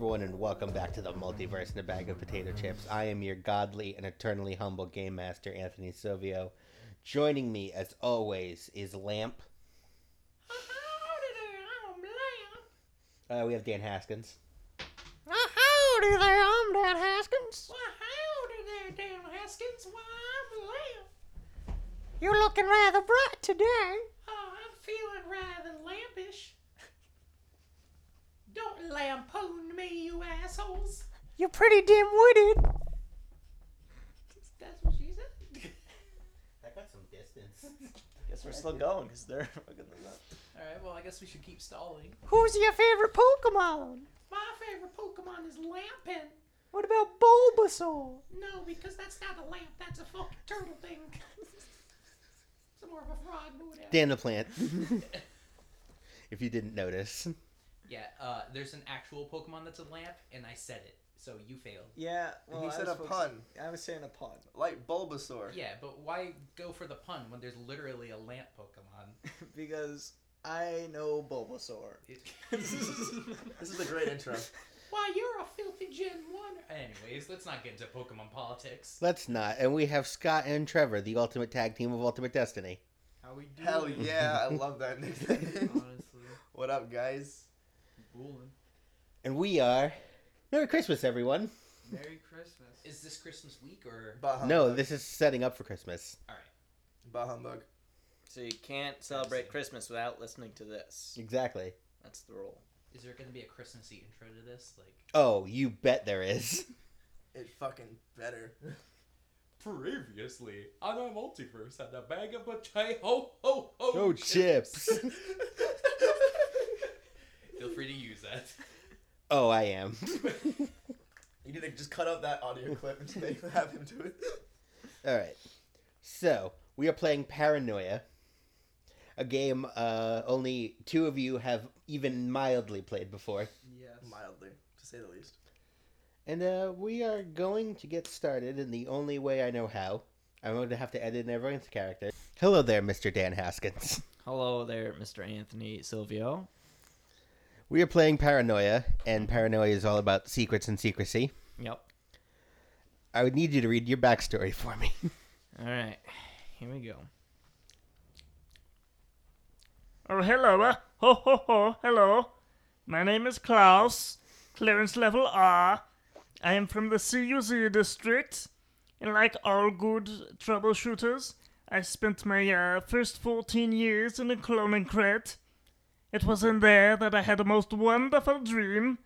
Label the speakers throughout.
Speaker 1: welcome back to the multiverse in a bag of potato chips. I am your godly and eternally humble game master, Anthony Silvio. Joining me, as always, is Lamp. Uh, we have Dan Haskins.
Speaker 2: Howdy there, I'm Dan Haskins. You're looking rather bright today.
Speaker 3: Oh, I'm feeling rather lampish. Don't lampoon me, you assholes.
Speaker 2: You're pretty dim-witted.
Speaker 3: That's what she said.
Speaker 1: That got some distance.
Speaker 4: Guess we're still going because they're fucking this up.
Speaker 3: All right, well, I guess we should keep stalling.
Speaker 2: Who's your favorite Pokemon?
Speaker 3: My favorite Pokemon is Lampin.
Speaker 2: What about Bulbasaur?
Speaker 3: No, because that's not a lamp. That's a fucking turtle thing. it's more of a frog. but whatever.
Speaker 1: Dan the Plant. if you didn't notice.
Speaker 5: Yeah, uh, there's an actual Pokemon that's a lamp, and I said it, so you failed.
Speaker 4: Yeah, well,
Speaker 6: he
Speaker 4: I
Speaker 6: said a
Speaker 4: was focused-
Speaker 6: pun,
Speaker 4: I was saying a pun.
Speaker 6: like Bulbasaur.
Speaker 5: Yeah, but why go for the pun when there's literally a lamp Pokemon?
Speaker 4: because I know Bulbasaur.
Speaker 5: It-
Speaker 6: This is a great intro.
Speaker 3: Why, you're a filthy Gen 1.
Speaker 5: Anyways, let's not get into Pokemon politics.
Speaker 1: Let's not. And we have Scott and Trevor, the ultimate tag team of Ultimate Destiny.
Speaker 4: How we do?
Speaker 6: Hell yeah, I love that nickname.
Speaker 5: Honestly,
Speaker 6: what up, guys?
Speaker 5: Bulin.
Speaker 1: And we are. Merry Christmas, everyone.
Speaker 7: Merry Christmas.
Speaker 5: Is this Christmas week or?
Speaker 6: Bah humbug.
Speaker 1: Oh, No, this is setting up for Christmas.
Speaker 5: All right.
Speaker 6: bah humbug.
Speaker 4: So you can't celebrate Christmas without listening to this.
Speaker 1: Exactly.
Speaker 4: That's the rule.
Speaker 5: Is there gonna be a Christmassy intro to this? Like
Speaker 1: Oh, you bet there is.
Speaker 6: It fucking better.
Speaker 5: previously on our multiverse had a bag of potato ho ho ho
Speaker 1: Oh, chips.
Speaker 5: Feel free to use that.
Speaker 1: Oh, I am.
Speaker 6: You need to just cut out that audio clip and just make have him do it.
Speaker 1: All right. So we are playing Paranoia, a game uh, only two of you have even mildly played before,
Speaker 7: Yes.
Speaker 6: Mildly, to say the least.
Speaker 1: and uh, we are going to get started in the only way I know how. I'm going to have to edit in everyone's character. Hello there, Mr. Dan Haskins.
Speaker 4: Hello there, Mr. Anthony Silvio.
Speaker 1: We are playing Paranoia, and Paranoia is all about secrets and secrecy.
Speaker 4: Yep.
Speaker 1: I would need you to read your backstory for me.
Speaker 4: All right, here we go.
Speaker 8: Oh, hello. Uh, ho, ho, ho. Hello. My name is Klaus, clearance level R. I am from the CUZ district. And like all good troubleshooters, I spent my uh, first 14 years in a cloning crate. It was in there that I had a most wonderful dream.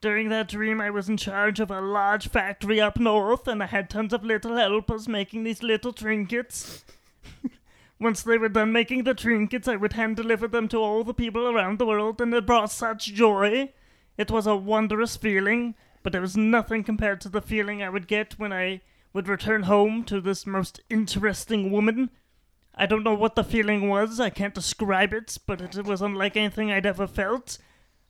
Speaker 8: During that dream, I was in charge of a large factory up north, and I had tons of little helpers making these little trinkets. Once they were done making the trinkets, I would hand deliver them to all the people around the world, and it brought such joy. It was a wondrous feeling, but it was nothing compared to the feeling I would get when I would return home to this most interesting woman. I don't know what the feeling was, I can't describe it, but it was unlike anything I'd ever felt.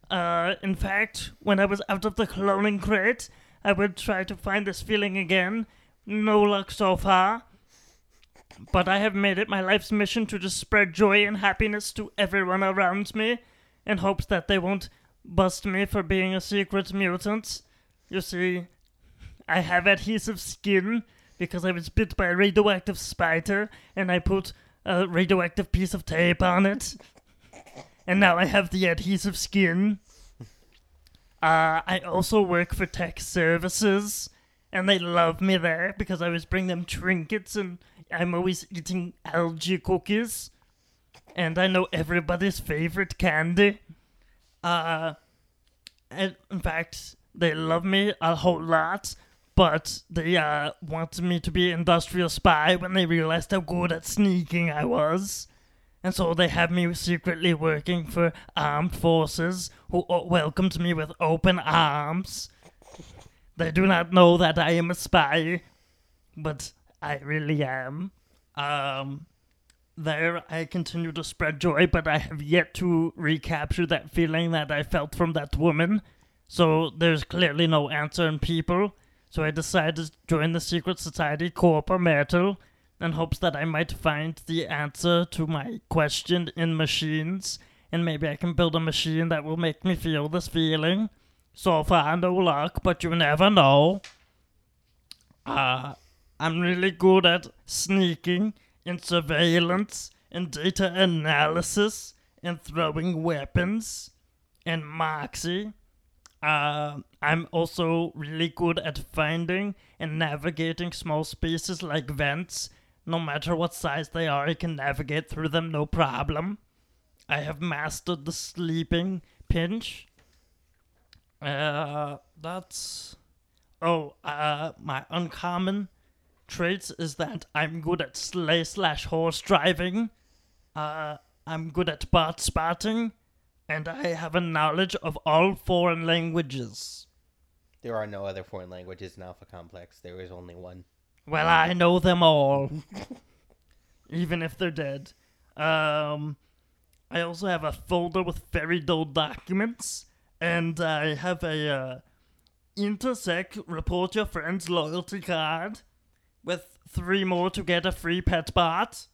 Speaker 8: Uh, in fact, when I was out of the cloning crate, I would try to find this feeling again. No luck so far but I have made it my life's mission to just spread joy and happiness to everyone around me in hopes that they won't bust me for being a secret mutant. You see, I have adhesive skin because I was bit by a radioactive spider and I put a radioactive piece of tape on it. And now I have the adhesive skin. Uh, I also work for tech services and they love me there because I always bring them trinkets and I'm always eating algae cookies. And I know everybody's favorite candy. Uh, and in fact, they love me a whole lot, but they uh, wanted me to be industrial spy when they realized how good at sneaking I was. And so they have me secretly working for armed forces who uh, welcomed me with open arms. They do not know that I am a spy, but I really am. Um, there I continue to spread joy, but I have yet to recapture that feeling that I felt from that woman. So there's clearly no answer in people. So I decided to join the secret society Corpor Metal in hopes that I might find the answer to my question in machines, and maybe I can build a machine that will make me feel this feeling. So far, no luck, but you never know. Uh, I'm really good at sneaking and surveillance and data analysis and throwing weapons and moxie. Uh, I'm also really good at finding and navigating small spaces like vents. No matter what size they are, I can navigate through them no problem. I have mastered the sleeping pinch. Uh, that's. Oh, uh, my uncommon traits is that I'm good at sleigh slash horse driving. Uh, I'm good at bot spotting, and I have a knowledge of all foreign languages.
Speaker 1: There are no other foreign languages in Alpha Complex. There is only one.
Speaker 8: Well, I know them all, even if they're dead. Um, I also have a folder with very dull documents, and I have a uh, Intersec report your friends loyalty card with three more to get a free pet bot.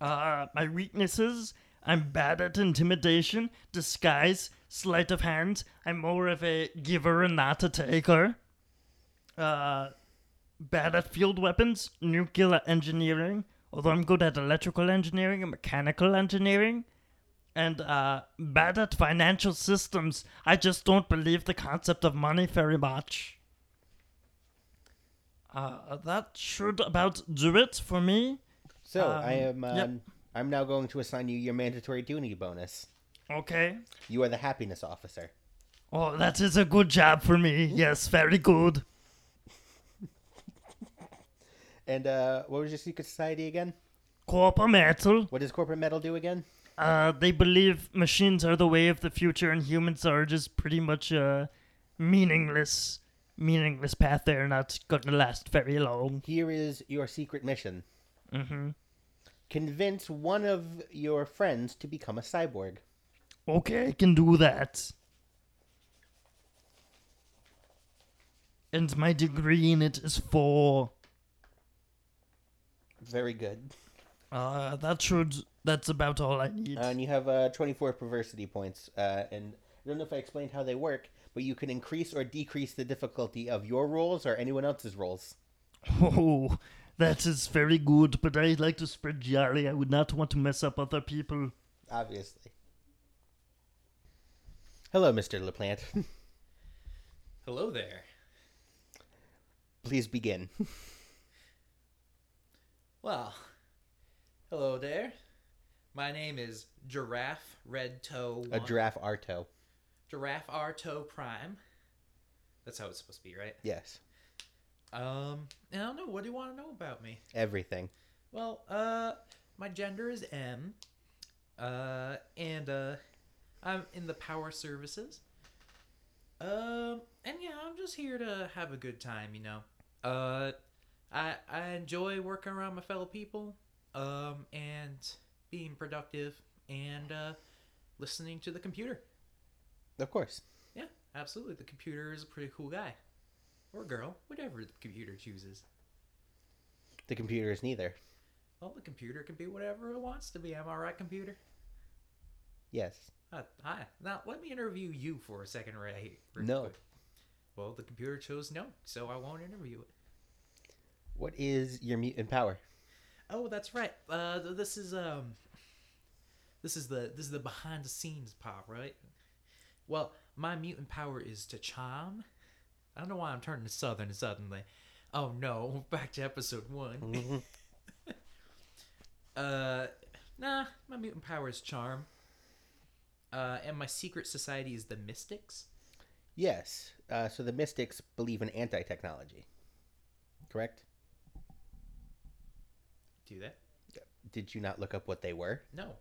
Speaker 8: uh, my weaknesses: I'm bad at intimidation, disguise, sleight of hand. I'm more of a giver and not a taker uh, bad at field weapons, nuclear engineering, although I'm good at electrical engineering and mechanical engineering, and uh, bad at financial systems. I just don't believe the concept of money very much. Uh, that should about do it for me.
Speaker 1: So I am.
Speaker 8: Um,
Speaker 1: Um,
Speaker 8: yep.
Speaker 1: I'm now going to assign you your mandatory duty bonus.
Speaker 8: Okay.
Speaker 1: You are the happiness officer.
Speaker 8: Oh, that is a good job for me. Yes, very good.
Speaker 1: And uh, what was your secret society again?
Speaker 8: Copper metal.
Speaker 1: What does corporate metal do again?
Speaker 8: Uh, they believe machines are the way of the future and humans are just pretty much a meaningless, meaningless path. They're not going to last very long.
Speaker 1: Here is your secret mission. Mm-hmm. Convince one of your friends to become a cyborg.
Speaker 8: Okay, I can do that. And my degree in it is four.
Speaker 1: Very good.
Speaker 8: Uh, that should. That's about all I need.
Speaker 1: Uh, and you have uh, 24 perversity points. Uh, and I don't know if I explained how they work, but you can increase or decrease the difficulty of your rolls or anyone else's rolls.
Speaker 8: Oh, that is very good, but I like to spread jolly. I would not want to mess up other people.
Speaker 1: obviously. Hello, Mr. LaPlante.
Speaker 7: Hello there.
Speaker 1: Please begin.
Speaker 7: Well, hello there. My name is Giraffe Red Toe.
Speaker 1: A
Speaker 7: One-
Speaker 1: giraffe Arto.
Speaker 7: Giraffe R Toe Prime. That's how it's supposed to be, right?
Speaker 1: Yes,
Speaker 7: Um, I don't know. What do you want to know about me?
Speaker 1: everything.
Speaker 7: Well, uh, my gender is M. Uh, and uh, I'm in the power services. Um, and yeah, I'm just here to have a good time, you know. Uh, I I enjoy working around my fellow people, um, and being productive and uh, listening to the computer.
Speaker 1: Of course.
Speaker 7: Yeah, absolutely. The computer is a pretty cool guy, or girl, whatever the computer chooses.
Speaker 1: The computer is neither.
Speaker 7: Well, the computer can be whatever it wants to be. Am I right, computer?
Speaker 1: Yes.
Speaker 7: Uh, hi. Now let me interview you for a second, right? real
Speaker 1: No.
Speaker 7: quick. Well, the computer chose no, so I won't interview it.
Speaker 1: What is your mutant power?
Speaker 7: Oh, that's right. Uh, th- this is um, this is the this is the behind the scenes pop, right? Well, my mutant power is to charm. I don't know why I'm turning to southern suddenly. Oh no, back to episode one. uh, nah, my mutant power is charm. Uh, and my secret society is the Mystics.
Speaker 1: Yes. Uh, so the mystics believe in anti technology. Correct?
Speaker 7: Do that?
Speaker 1: Did you not look up what they were?
Speaker 7: No,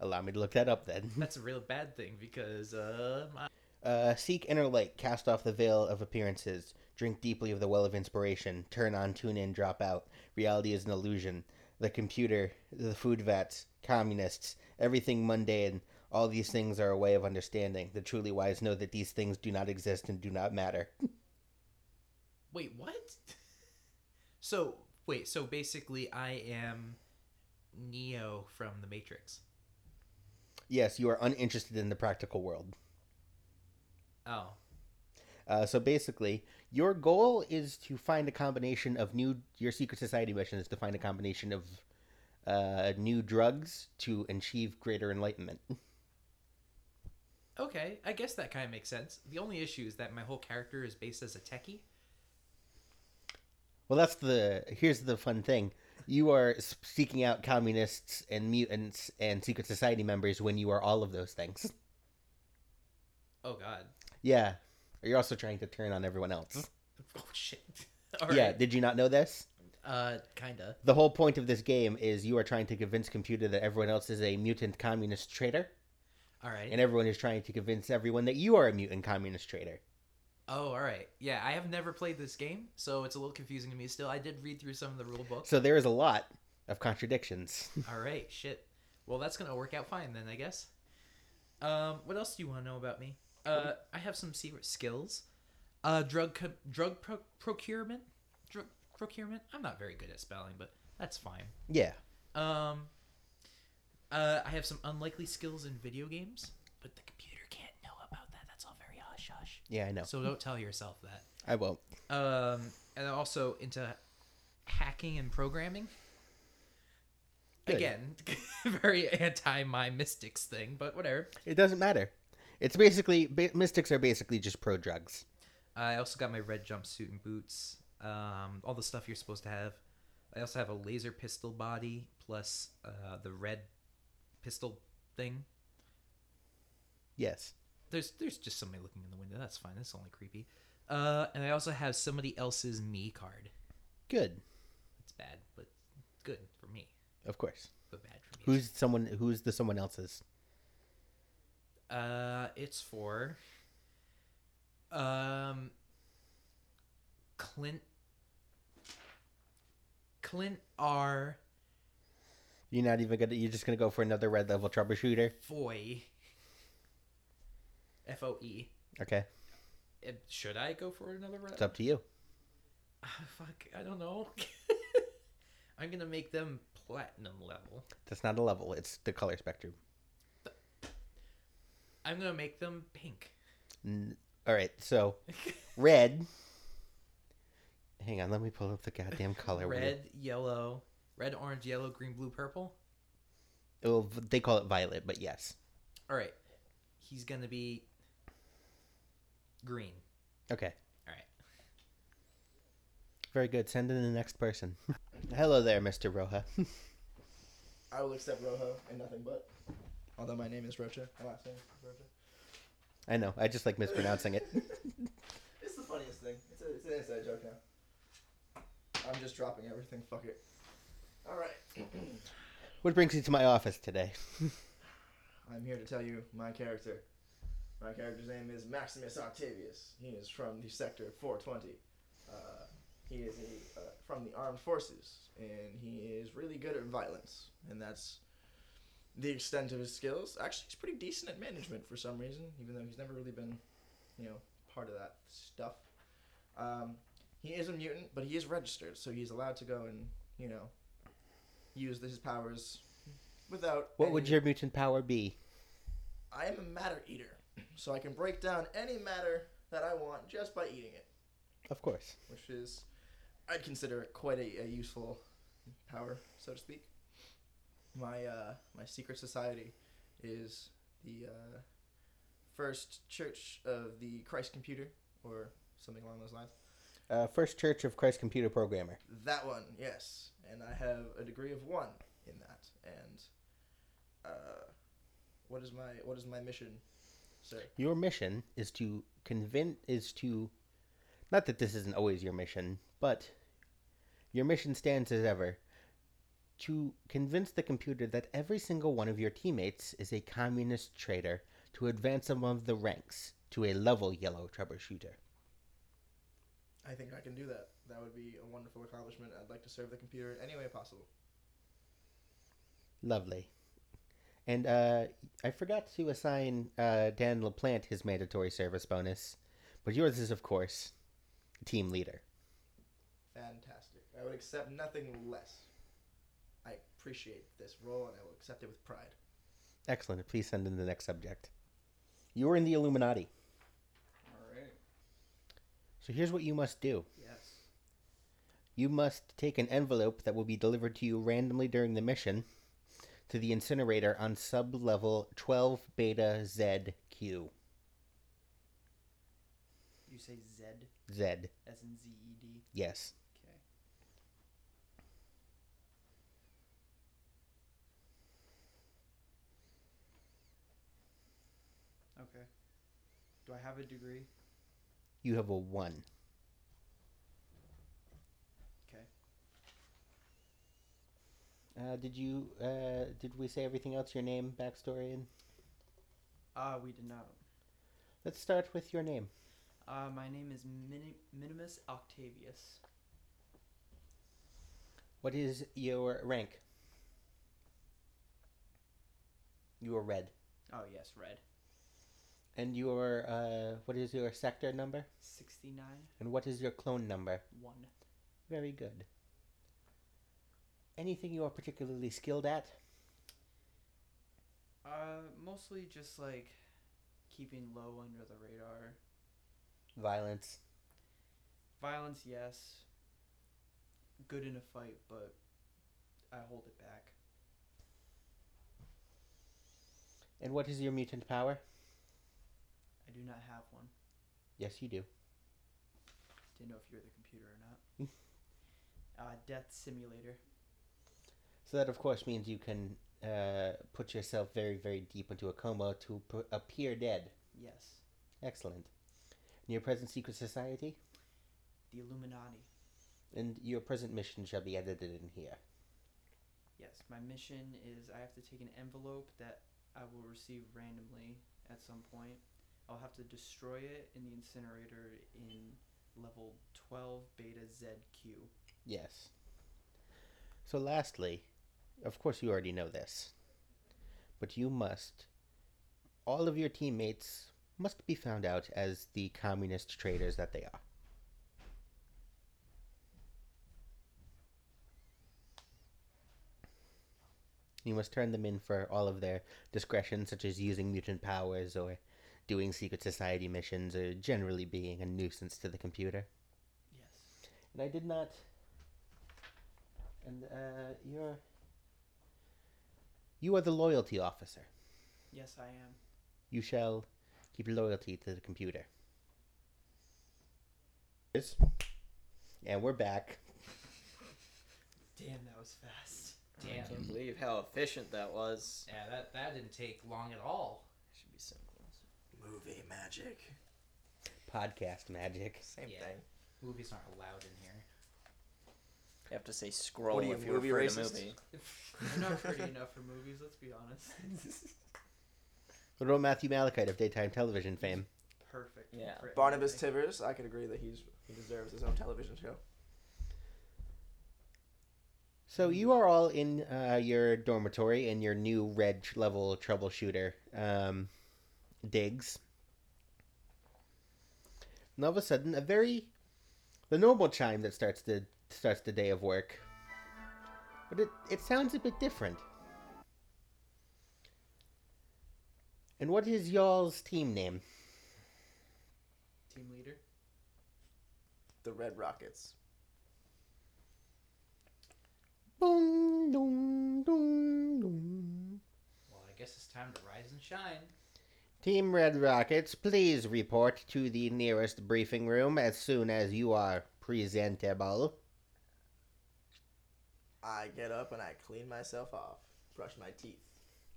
Speaker 1: Allow me to look that up then.
Speaker 7: That's a real bad thing because uh, my,
Speaker 1: Uh, seek inner light, cast off the veil of appearances, drink deeply of the well of inspiration, turn on, tune in, drop out. Reality is an illusion. The computer, the food vats, communists, everything mundane, all these things are a way of understanding. The truly wise know that these things do not exist and do not matter.
Speaker 7: wait, what? So wait, so basically, I am Neo from the Matrix.
Speaker 1: Yes, you are uninterested in the practical world.
Speaker 7: Oh.
Speaker 1: Uh, so basically, your goal is to find a combination of new. Your secret society mission is to find a combination of uh, new drugs to achieve greater enlightenment.
Speaker 7: Okay, I guess that kind of makes sense. The only issue is that my whole character is based as a techie.
Speaker 1: Well, that's the. Here's the fun thing: you are s- seeking out communists and mutants and secret society members when you are all of those things.
Speaker 7: Oh god.
Speaker 1: Yeah, you're also trying to turn on everyone else.
Speaker 7: Oh shit. All right.
Speaker 1: yeah, did you not know this?
Speaker 7: Uh, kinda.
Speaker 1: The whole point of this game is you are trying to convince computer that everyone else is a mutant communist traitor.
Speaker 7: All right.
Speaker 1: and everyone is trying to convince everyone that you are a mutant communist traitor.
Speaker 7: oh, all right. Yeah, I have never played this game, so it's a little confusing to me still. I did read through some of the rule books.
Speaker 1: So there is a lot of contradictions.
Speaker 7: all right. Shit. Well, that's gonna work out fine then, I guess. Um, what else do you want to know about me? Uh, I have some secret skills. Uh, drug co- drug pro- procurement. Drug procurement. I'm not very good at spelling, but that's fine.
Speaker 1: yeah.
Speaker 7: Um, uh, I have some unlikely skills in video games, but the computer can't know about that. That's all very hush hush.
Speaker 1: Yeah, I know.
Speaker 7: So don't tell yourself that.
Speaker 1: I won't.
Speaker 7: Um, and also into hacking and programming.
Speaker 1: Good.
Speaker 7: Again, very anti my mystics thing, but whatever.
Speaker 1: It doesn't matter. It's basically ba- mystics are basically just pro drugs.
Speaker 7: I also got my red jumpsuit and boots. Um, all the stuff you're supposed to have. I also have a laser pistol body plus uh, the red pistol thing.
Speaker 1: Yes.
Speaker 7: there's there's just somebody looking in the window. That's fine. That's only creepy. Uh, and I also have somebody else's me card.
Speaker 1: Good.
Speaker 7: That's bad, but good for me.
Speaker 1: Of course.
Speaker 7: But bad for me.
Speaker 1: Who's someone? Who's the someone else's?
Speaker 7: Uh, it's for um Clint Clint R.
Speaker 1: You're not even gonna. You're just gonna go for another red level troubleshooter.
Speaker 7: Foy. F O E.
Speaker 1: Okay.
Speaker 7: Uh, Should I go for another round?
Speaker 1: It's up to you.
Speaker 7: fuck, I don't know. I'm gonna make them platinum level.
Speaker 1: That's not a level. It's the color spectrum.
Speaker 7: I'm gonna make them pink.
Speaker 1: N- All right. So, red. Hang on. Let me pull up the goddamn color. wheel.
Speaker 7: Red, yellow, red, orange, yellow, green, blue, purple.
Speaker 1: Well, v- they call it violet, but yes.
Speaker 7: All right, he's gonna be green.
Speaker 1: Okay.
Speaker 7: All right.
Speaker 1: Very good. Send in the next person. Hello there, Mr. Roja.
Speaker 6: I will accept Rojo and nothing but. Although my name is Rocha, my last name is Rocha.
Speaker 1: I know. I just like mispronouncing it.
Speaker 6: It's the funniest thing. It's, a, it's an inside joke now. I'm just dropping everything. Fuck it. All right.
Speaker 1: What brings you to my office today?
Speaker 6: I'm here to tell you my character. My character's name is Maximus Octavius. He is from the Sector 420. Uh, he is a, uh, from the armed forces, and he is really good at violence, and that's the extent of his skills. Actually, he's pretty decent at management for some reason, even though he's never really been, you know, part of that stuff. Um, he is a mutant, but he is registered, so he's allowed to go and, you know, use his powers without.
Speaker 1: What would
Speaker 6: any-
Speaker 1: your mutant power be?
Speaker 6: I am a matter eater, so I can break down any matter that I want just by eating it,
Speaker 1: Of course.
Speaker 6: which is, I'd consider it quite a, a useful power, so to speak. My uh, my secret society is the uh, first church of the Christ Computer, or something along those lines.
Speaker 1: Uh, First Church of Christ Computer Programmer.
Speaker 6: That one, yes. And I have a degree of one in that. And uh, what is my what is my mission, sir?
Speaker 1: Your mission is to convince, is to, not that this isn't always your mission, but your mission stands as ever to convince the computer that every single one of your teammates is a communist traitor to advance among the ranks to a level yellow troubleshooter.
Speaker 6: I think I can do that. That would be a wonderful accomplishment. I'd like to serve the computer in any way possible.
Speaker 1: Lovely. And uh, I forgot to assign uh, Dan LaPlante his mandatory service bonus, but yours is, of course, team leader.
Speaker 6: Fantastic. I would accept nothing less. I appreciate this role and I will accept it with pride.
Speaker 1: Excellent. Please send in the next subject. You were in the Illuminati. So here's what you must do.
Speaker 6: Yes.
Speaker 1: You must take an envelope that will be delivered to you randomly during the mission to the incinerator on sublevel 12 beta ZQ.
Speaker 4: You say Z
Speaker 1: Z,
Speaker 4: as in Z E D.
Speaker 1: yes.
Speaker 4: Okay. Okay. Do I have a degree?
Speaker 1: You have a 1.
Speaker 4: Okay.
Speaker 1: Uh, did you, uh, did we say everything else? Your name, backstory, and
Speaker 4: Ah, we did not.
Speaker 1: let's start with your name.
Speaker 4: Uh, my name is Mini- Minimus Octavius.
Speaker 1: What is your rank? You are red.
Speaker 4: Oh yes, red.
Speaker 1: And your, uh, what is your sector number?
Speaker 4: Sixty-nine
Speaker 1: And what is your clone number?
Speaker 4: one.
Speaker 1: Very good. Anything you are particularly skilled at?
Speaker 4: Uh, mostly just like keeping low under the radar.
Speaker 1: Violence.
Speaker 4: Violence, yes. Good in a fight, but I hold it back.
Speaker 1: And what is your mutant power?
Speaker 4: I do not have one.
Speaker 1: Yes, you do.
Speaker 4: Didn't know if you were the computer or not. uh, death simulator.
Speaker 1: So that, of course, means you can uh, put yourself very, very deep into a coma to p- appear dead.
Speaker 4: Yes.
Speaker 1: Excellent. And your present secret society
Speaker 4: The Illuminati.
Speaker 1: and your present mission shall be edited in here.
Speaker 4: Yes. My mission is I have to take an envelope that I will receive randomly at some point. I'll have to destroy it in the incinerator in level 12 beta ZQ.
Speaker 1: Yes. So, lastly, of course, you already know this, but you must, all of your teammates must be found out as the communist traitors that they are. You must turn them in for all of their discretion, such as using mutant powers or doing secret society missions or generally being a nuisance to the computer.
Speaker 4: Yes.
Speaker 1: And I did not. And uh, you're. You are the loyalty officer.
Speaker 4: Yes, I am.
Speaker 1: You shall keep loyalty to the computer. Yes. And we're back.
Speaker 4: Damn, that was fast.
Speaker 5: Damn.
Speaker 4: Damn.
Speaker 5: I can't
Speaker 4: believe how efficient that was.
Speaker 5: Yeah, that, that didn't take long at all.
Speaker 4: Should be simple.
Speaker 6: Movie magic.
Speaker 1: Podcast magic.
Speaker 6: Same
Speaker 5: Yeah. Movies aren't allowed in here.
Speaker 4: You have to say scroll
Speaker 6: What are you,
Speaker 4: if you're
Speaker 6: movie
Speaker 4: afraid
Speaker 6: racist?
Speaker 4: of movie.
Speaker 5: I'm
Speaker 4: I'm not pretty enough for movies, let's be honest.
Speaker 1: What about Matthew Malachite of daytime television fame?
Speaker 4: Perfect.
Speaker 5: Yeah.
Speaker 4: for
Speaker 6: Barnabas
Speaker 4: everything.
Speaker 6: Tivers, I could agree that he's he deserves his own television show.
Speaker 1: So you are all in uh, your dormitory in your new red tr- level troubleshooter um, digs. And all of a sudden, a very the normal chime that starts the starts the day of work, but it it sounds a bit different. And what is y'all's team name?
Speaker 4: Team leader.
Speaker 6: The Red Rockets.
Speaker 1: Boom, doom, doom, doom.
Speaker 5: Well, I guess it's time to rise and shine.
Speaker 1: Team Red Rockets, please report to the nearest briefing room as soon as you are presentable.
Speaker 6: I get up and I clean myself off, brush my teeth.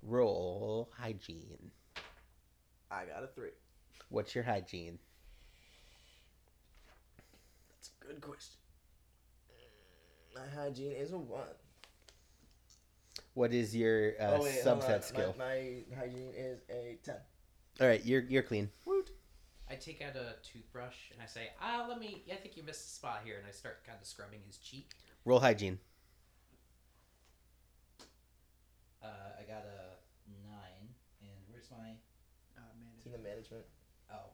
Speaker 1: Roll hygiene.
Speaker 6: I got a three.
Speaker 1: What's your hygiene?
Speaker 6: That's a good question. Mm, My hygiene is a one. what
Speaker 1: What is your uh,
Speaker 6: Oh, hold
Speaker 1: subset
Speaker 6: on.
Speaker 1: skill?
Speaker 6: My, my hygiene is a ten.
Speaker 1: All right, you're you're clean.
Speaker 5: I take out a toothbrush and I say, ah, let me, I think you missed a spot here. And I start kind of scrubbing his cheek.
Speaker 1: Roll hygiene.
Speaker 5: Uh, I got a nine. And where's my,
Speaker 4: Uh, manager.
Speaker 6: Team management.
Speaker 5: oh.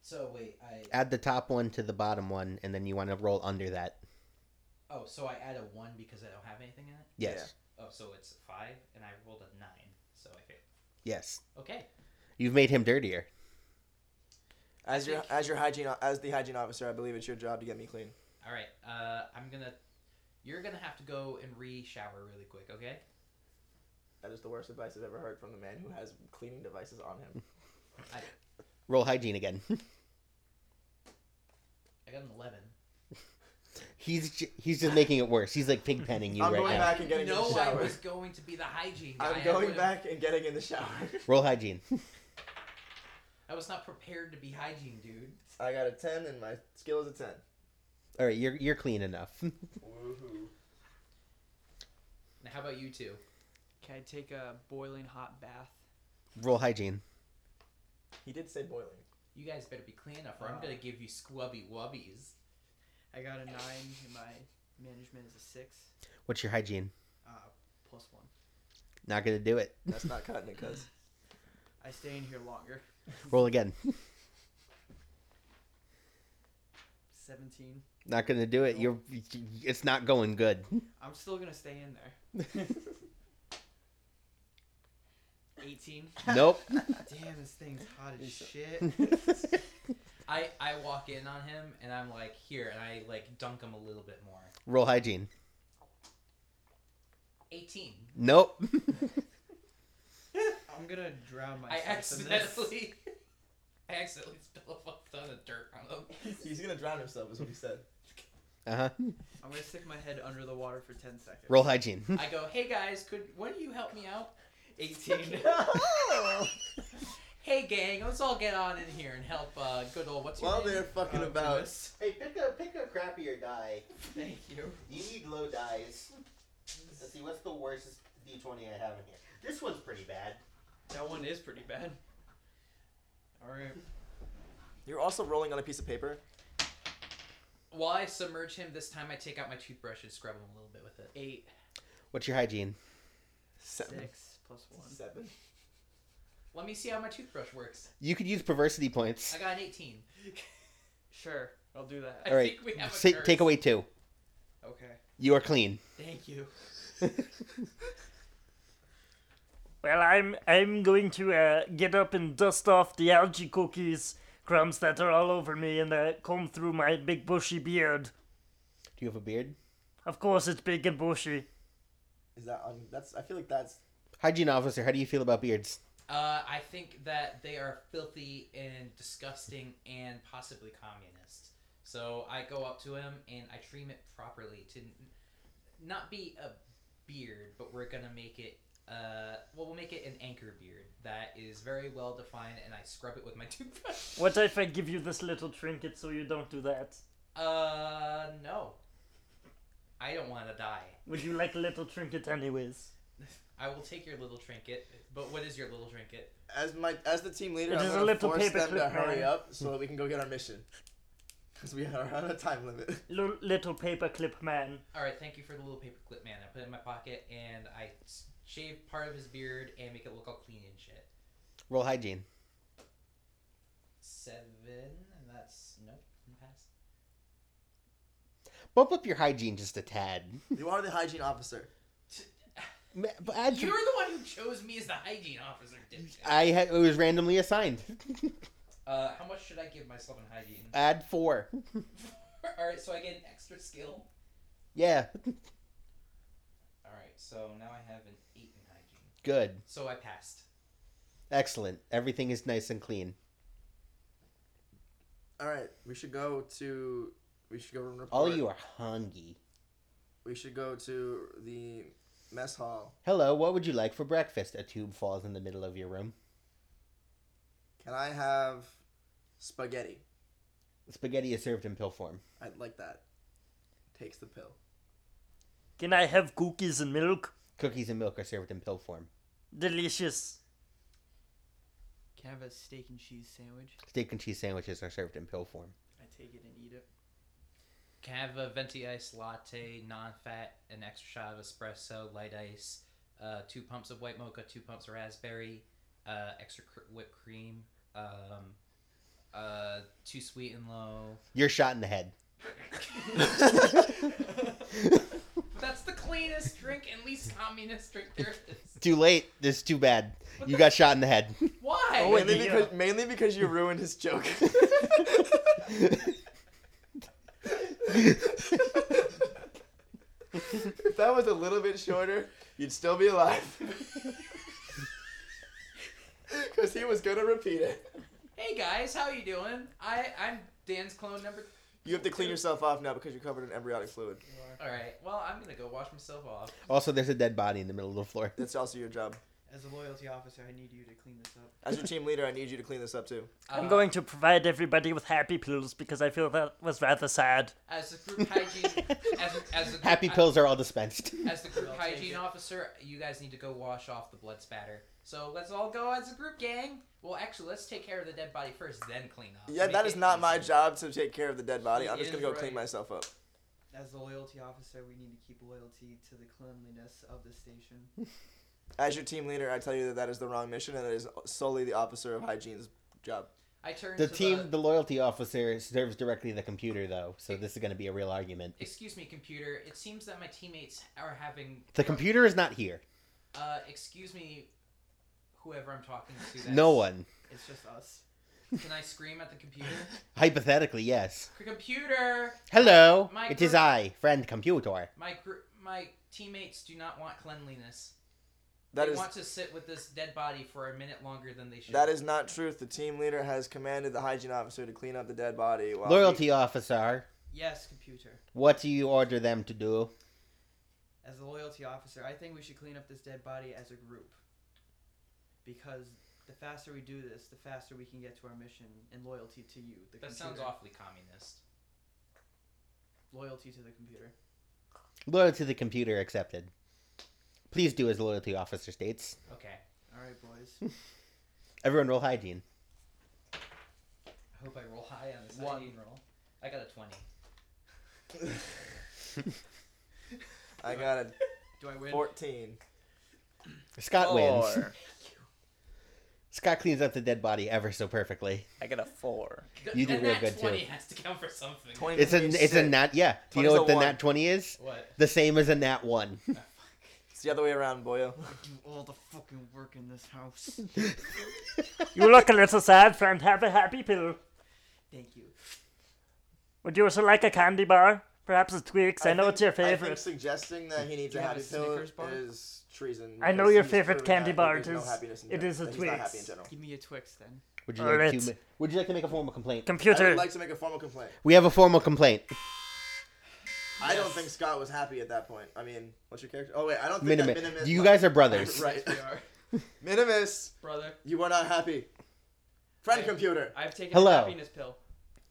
Speaker 5: So wait, I,
Speaker 1: Add the top one to the bottom one, and then you want to roll under that.
Speaker 5: oh, so I add a one because I don't have anything in it?
Speaker 1: Yes,
Speaker 5: Oh, so it's five and I rolled a nine. So I failed.
Speaker 1: yes.
Speaker 5: Okay.
Speaker 1: You've made him dirtier.
Speaker 6: As your as your hygiene o- as the hygiene officer, I believe it's your job to get me clean.
Speaker 7: All right. Uh, I'm gonna. You're gonna have to go and re-shower really quick. Okay.
Speaker 6: That is the worst advice I've ever heard from the man who has cleaning devices on him.
Speaker 1: Roll hygiene again.
Speaker 7: I got an eleven.
Speaker 1: he's j- he's just making it worse. He's like pig penning you
Speaker 6: I'm
Speaker 1: right
Speaker 6: going
Speaker 1: now.
Speaker 6: back and getting in
Speaker 7: no,
Speaker 6: the
Speaker 7: I
Speaker 6: shower.
Speaker 7: was going to be the hygiene guy. I
Speaker 6: I'm going
Speaker 7: would've-
Speaker 6: back and getting in the shower.
Speaker 1: Roll hygiene.
Speaker 7: I was not prepared to be hygiene, dude.
Speaker 6: I got a ten, and my skill is a ten.
Speaker 1: All right, you're you're clean enough.
Speaker 6: Woohoo!
Speaker 7: Now, how about you two?
Speaker 4: Can I take a boiling hot bath?
Speaker 1: Roll hygiene.
Speaker 6: He did say boiling.
Speaker 7: You guys better be clean enough, or I'm
Speaker 4: Uh.
Speaker 7: gonna give you squubby wubbies.
Speaker 4: I got a nine, and my management is a six,
Speaker 1: What's your hygiene?
Speaker 4: uh, plus one.
Speaker 1: Not gonna do it.
Speaker 6: That's not cutting it, cuz.
Speaker 4: I stay in here longer.
Speaker 1: Roll again.
Speaker 4: Seventeen.
Speaker 1: Not gonna do it. You're. It's not going good.
Speaker 4: I'm still gonna stay in there. Eighteen.
Speaker 1: Nope.
Speaker 4: Damn, this thing's hot as shit.
Speaker 7: I I walk in on him and I'm like here, and I like dunk him a little bit more.
Speaker 1: Roll hygiene.
Speaker 7: Eighteen.
Speaker 1: Nope.
Speaker 4: I'm gonna drown
Speaker 7: I
Speaker 4: myself. in this.
Speaker 7: accidentally. I accidentally spill a fuck ton of dirt on him.
Speaker 6: He's gonna drown himself, is what he said.
Speaker 1: Uh huh.
Speaker 4: I'm gonna stick my head under the water for ten seconds.
Speaker 1: Roll hygiene.
Speaker 7: I go, hey guys, could one of you help me out? 18. hey gang, let's all get on in here and help uh, good old what's your
Speaker 6: While
Speaker 7: name?
Speaker 6: they're fucking
Speaker 7: Uh,
Speaker 6: about-
Speaker 7: Grimace.
Speaker 1: Hey, pick a pick a crappier die.
Speaker 4: Thank you.
Speaker 1: You need low dies. Let's see. What's the worst d20 I have in here? This one's pretty bad.
Speaker 4: That one is pretty bad. All right.
Speaker 6: You're also rolling on a piece of paper.
Speaker 7: While I submerge him, this time I take out my toothbrush and scrub him a little bit with it.
Speaker 4: Eight,
Speaker 1: What's your hygiene?
Speaker 6: Seven.
Speaker 4: six, plus one.
Speaker 6: Seven.
Speaker 7: Let me see how my toothbrush works.
Speaker 1: You could use perversity points.
Speaker 7: I got an 18.
Speaker 4: Sure, I'll do that.
Speaker 7: I
Speaker 1: All right.
Speaker 7: think we have a
Speaker 1: Say,
Speaker 7: curse.
Speaker 1: take away two.
Speaker 4: Okay.
Speaker 1: You are clean.
Speaker 4: Thank you.
Speaker 8: Well, I'm I'm going to uh, get up and dust off the algae cookies crumbs that are all over me and uh, comb through my big bushy beard.
Speaker 1: Do you have a beard?
Speaker 8: Of course, it's big and bushy.
Speaker 6: Is that on? That's. I feel like that's.
Speaker 1: Hygiene officer, how do you feel about beards?
Speaker 7: Uh, I think that they are filthy and disgusting and possibly communist. So I go up to him and I trim it properly to n- not be a beard, but we're gonna make it. Uh, well, we'll make it an anchor beard that is very well defined, and I scrub it with my toothbrush.
Speaker 8: What if I give you this little trinket so you don't do that?
Speaker 7: Uh, no. I don't want to die.
Speaker 8: Would you like a little trinket anyways?
Speaker 7: I will take your little trinket, but what is your little trinket?
Speaker 6: As my as the team leader,
Speaker 8: It
Speaker 6: I'm
Speaker 8: is a
Speaker 6: gonna
Speaker 8: little
Speaker 6: force them to
Speaker 8: paperclip,
Speaker 6: hurry
Speaker 8: man.
Speaker 6: up so that we can go get our mission. Because we are on a time limit.
Speaker 8: L- little paperclip man.
Speaker 7: All right, thank you for the little paperclip, man. I put it in my pocket and I s- shave part of his beard and make it look all clean and shit.
Speaker 1: Roll hygiene.
Speaker 7: Seven, and that's nope, I'm past.
Speaker 1: Bump up your hygiene just a tad.
Speaker 6: You are the hygiene officer.
Speaker 1: Ma- but add
Speaker 7: You're
Speaker 1: some-
Speaker 7: the one who chose me as the hygiene officer, dipshit.
Speaker 1: I had, it was randomly assigned.
Speaker 7: Uh, how much should I give myself in hygiene?
Speaker 1: add four.
Speaker 7: all right, so I get an extra skill.
Speaker 1: Yeah,
Speaker 7: All right, so now I have an eight in hygiene,
Speaker 1: good,
Speaker 7: so I passed.
Speaker 1: excellent. Everything is nice and clean.
Speaker 6: All right, we should go to. We should go and report.
Speaker 1: All you are hungry.
Speaker 6: We should go to the mess hall.
Speaker 1: Hello, what would you like for breakfast? A tube falls in the middle of your room.
Speaker 6: Can I have spaghetti?
Speaker 1: Spaghetti is served in pill form.
Speaker 6: I'd like that. Takes the pill.
Speaker 8: Can I have cookies and milk?
Speaker 1: Cookies and milk are served in pill form.
Speaker 8: Delicious.
Speaker 4: Can I have a steak and cheese sandwich?
Speaker 1: Steak and cheese sandwiches are served in pill form.
Speaker 4: I take it and eat it.
Speaker 7: Can I have a venti ice latte, non-fat, an extra shot of espresso, light ice, uh, two pumps of white mocha, two pumps of raspberry, uh, extra cr- whipped cream, um, uh, too sweet and low.
Speaker 1: You're shot in the head.
Speaker 7: That's the cleanest drink and least communist drink there is.
Speaker 1: Too late. This is too bad. You got shot in the head.
Speaker 7: Why?
Speaker 5: Why?
Speaker 8: Oh, wait,
Speaker 6: mainly,
Speaker 8: yeah.
Speaker 6: because, mainly because you ruined his joke. if that was a little bit shorter, you'd still be alive. Because he was going to repeat it.
Speaker 4: Hey guys, how you doing? I I'm Dan's clone number.
Speaker 6: You have to clean yourself off now because you're covered in embryotic fluid.
Speaker 5: All
Speaker 4: All
Speaker 5: right. Well, I'm gonna go wash myself off.
Speaker 1: Also, there's a dead body in the middle of the floor.
Speaker 6: That's also your job.
Speaker 4: As a loyalty officer, I need you to clean this up.
Speaker 6: As your team leader, I need you to clean this up too.
Speaker 4: Uh,
Speaker 8: I'm going to provide everybody with happy pills because I feel that was rather sad.
Speaker 4: Uh, as the group hygiene. as, a, as the group,
Speaker 1: Happy pills are all dispensed.
Speaker 4: As the group
Speaker 6: I'll take
Speaker 4: hygiene
Speaker 6: it.
Speaker 4: officer, you guys need to go wash off the blood spatter. So let's all go as a group, gang. Well, actually, let's take care of the dead body first, then clean up.
Speaker 6: Yeah,
Speaker 4: Make
Speaker 6: that is
Speaker 4: it
Speaker 6: not my
Speaker 4: easy.
Speaker 6: job to take care of the dead body. I'm
Speaker 4: He
Speaker 6: just going
Speaker 4: is
Speaker 6: to go clean
Speaker 4: right.
Speaker 6: myself up.
Speaker 4: As the loyalty officer, we need to keep loyalty to the cleanliness of the station.
Speaker 6: As your team leader, I tell you that that is the wrong mission and it is solely the officer of hygiene's job.
Speaker 4: I turn
Speaker 1: The
Speaker 4: to
Speaker 1: team, the loyalty officer, serves directly the computer, though, so this is going to be a real argument.
Speaker 4: Excuse me, computer. It seems that my teammates are having.
Speaker 1: The computer is not here.
Speaker 4: Uh, excuse me, whoever I'm talking to. That's,
Speaker 1: No one.
Speaker 4: It's just us. Can I scream at the computer?
Speaker 1: Hypothetically, yes.
Speaker 4: computer!
Speaker 1: Hello,
Speaker 4: My
Speaker 1: it is
Speaker 4: group-
Speaker 1: I, friend computer.
Speaker 4: My gr- my teammates do not want cleanliness.
Speaker 6: That
Speaker 4: they
Speaker 6: is
Speaker 4: want to sit with this dead body for a minute longer than they should.
Speaker 6: that is not truth. The team leader has commanded the hygiene officer to clean up the dead body. While
Speaker 1: Loyalty officer,
Speaker 4: Yes, computer.
Speaker 1: what do you order them to do?
Speaker 4: As a loyalty officer, I think we should clean up this dead body as a group. Because the faster we do this, the faster we can get to our mission and loyalty to you. The
Speaker 7: That
Speaker 4: computer.
Speaker 7: sounds awfully communist.
Speaker 4: Loyalty to the computer.
Speaker 1: Loyalty to the computer accepted. Please do as the loyalty officer states.
Speaker 7: Okay.
Speaker 4: All right, boys.
Speaker 1: Everyone roll hygiene.
Speaker 7: I hope I roll high on this
Speaker 4: One.
Speaker 7: hygiene roll. I got a 20.
Speaker 6: we- I got a
Speaker 4: Do I win?
Speaker 6: fourteen.
Speaker 1: Scott wins.
Speaker 9: Four.
Speaker 1: Scott cleans up the dead body ever so perfectly.
Speaker 9: I got a four.
Speaker 1: You did
Speaker 7: and
Speaker 1: real
Speaker 7: that
Speaker 1: good, too.
Speaker 7: 20 has to count for something.
Speaker 6: 20
Speaker 1: It's a
Speaker 6: means
Speaker 1: it's a
Speaker 6: six.
Speaker 1: nat yeah. Do you
Speaker 6: 20's
Speaker 1: know
Speaker 6: a
Speaker 1: what the
Speaker 6: one.
Speaker 1: nat twenty is?
Speaker 7: What?
Speaker 1: The same as a nat one.
Speaker 6: It's the other way around, boyo.
Speaker 4: I do all the fucking work in this house.
Speaker 8: You look a little sad, friend. Have a happy pill.
Speaker 4: Thank you.
Speaker 8: Would you also like a candy bar? Perhaps a Twix. I, know
Speaker 6: think-
Speaker 8: it's your
Speaker 6: I think
Speaker 8: favorite.
Speaker 6: suggesting that he needs
Speaker 4: Do
Speaker 6: a
Speaker 4: you have
Speaker 6: happy
Speaker 4: a
Speaker 6: pill
Speaker 4: Snickers bar?
Speaker 6: is treason.
Speaker 8: I know
Speaker 6: because
Speaker 8: your
Speaker 6: he's
Speaker 8: favorite
Speaker 6: proven
Speaker 8: candy
Speaker 6: that
Speaker 8: bar
Speaker 6: there's no
Speaker 8: is-
Speaker 6: happiness in
Speaker 8: it
Speaker 6: general,
Speaker 8: is a
Speaker 6: that he's not happy in
Speaker 8: Twix.
Speaker 6: general.
Speaker 4: Give me a Twix then.
Speaker 1: Would you
Speaker 8: All
Speaker 1: like to
Speaker 8: right.
Speaker 1: ma- Would you like to make a formal complaint?
Speaker 6: I
Speaker 8: Computer.
Speaker 6: would like to make a formal complaint.
Speaker 1: We have a formal complaint.
Speaker 6: I don't think Scott was happy at that point. I mean, what's your character? Oh wait, I don't think that
Speaker 1: Minimus.
Speaker 6: Minimus.
Speaker 1: You guys are brothers.
Speaker 6: right?
Speaker 4: We are.
Speaker 6: Minimus,
Speaker 4: Brother,
Speaker 6: you are not happy. Friend
Speaker 4: Hey.
Speaker 6: computer,
Speaker 4: I've taken
Speaker 1: Hello.
Speaker 4: a happiness pill.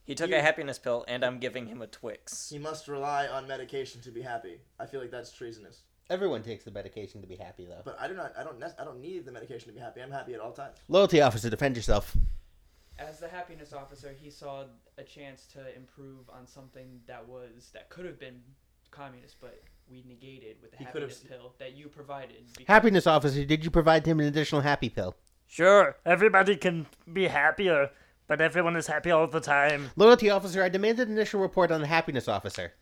Speaker 9: He took
Speaker 6: You-
Speaker 9: a happiness pill, and I'm giving him a Twix.
Speaker 6: he must rely on medication to be happy. I feel like that's treasonous.
Speaker 1: Everyone takes the medication to be happy though.
Speaker 6: But I do not. I don't. nec- I don't need the medication to be happy. I'm happy at all times.
Speaker 1: Loyalty officer, defend yourself.
Speaker 4: As the happiness officer, he saw a chance to improve on something that was that could have been communist, but we negated with the
Speaker 6: He could have
Speaker 4: happiness pill that you provided. because-
Speaker 1: Happiness officer, did you provide him an additional happy pill?
Speaker 8: Sure, everybody can be happier, but everyone is happy all the time.
Speaker 1: Loyalty officer, I demanded an initial report on the happiness officer.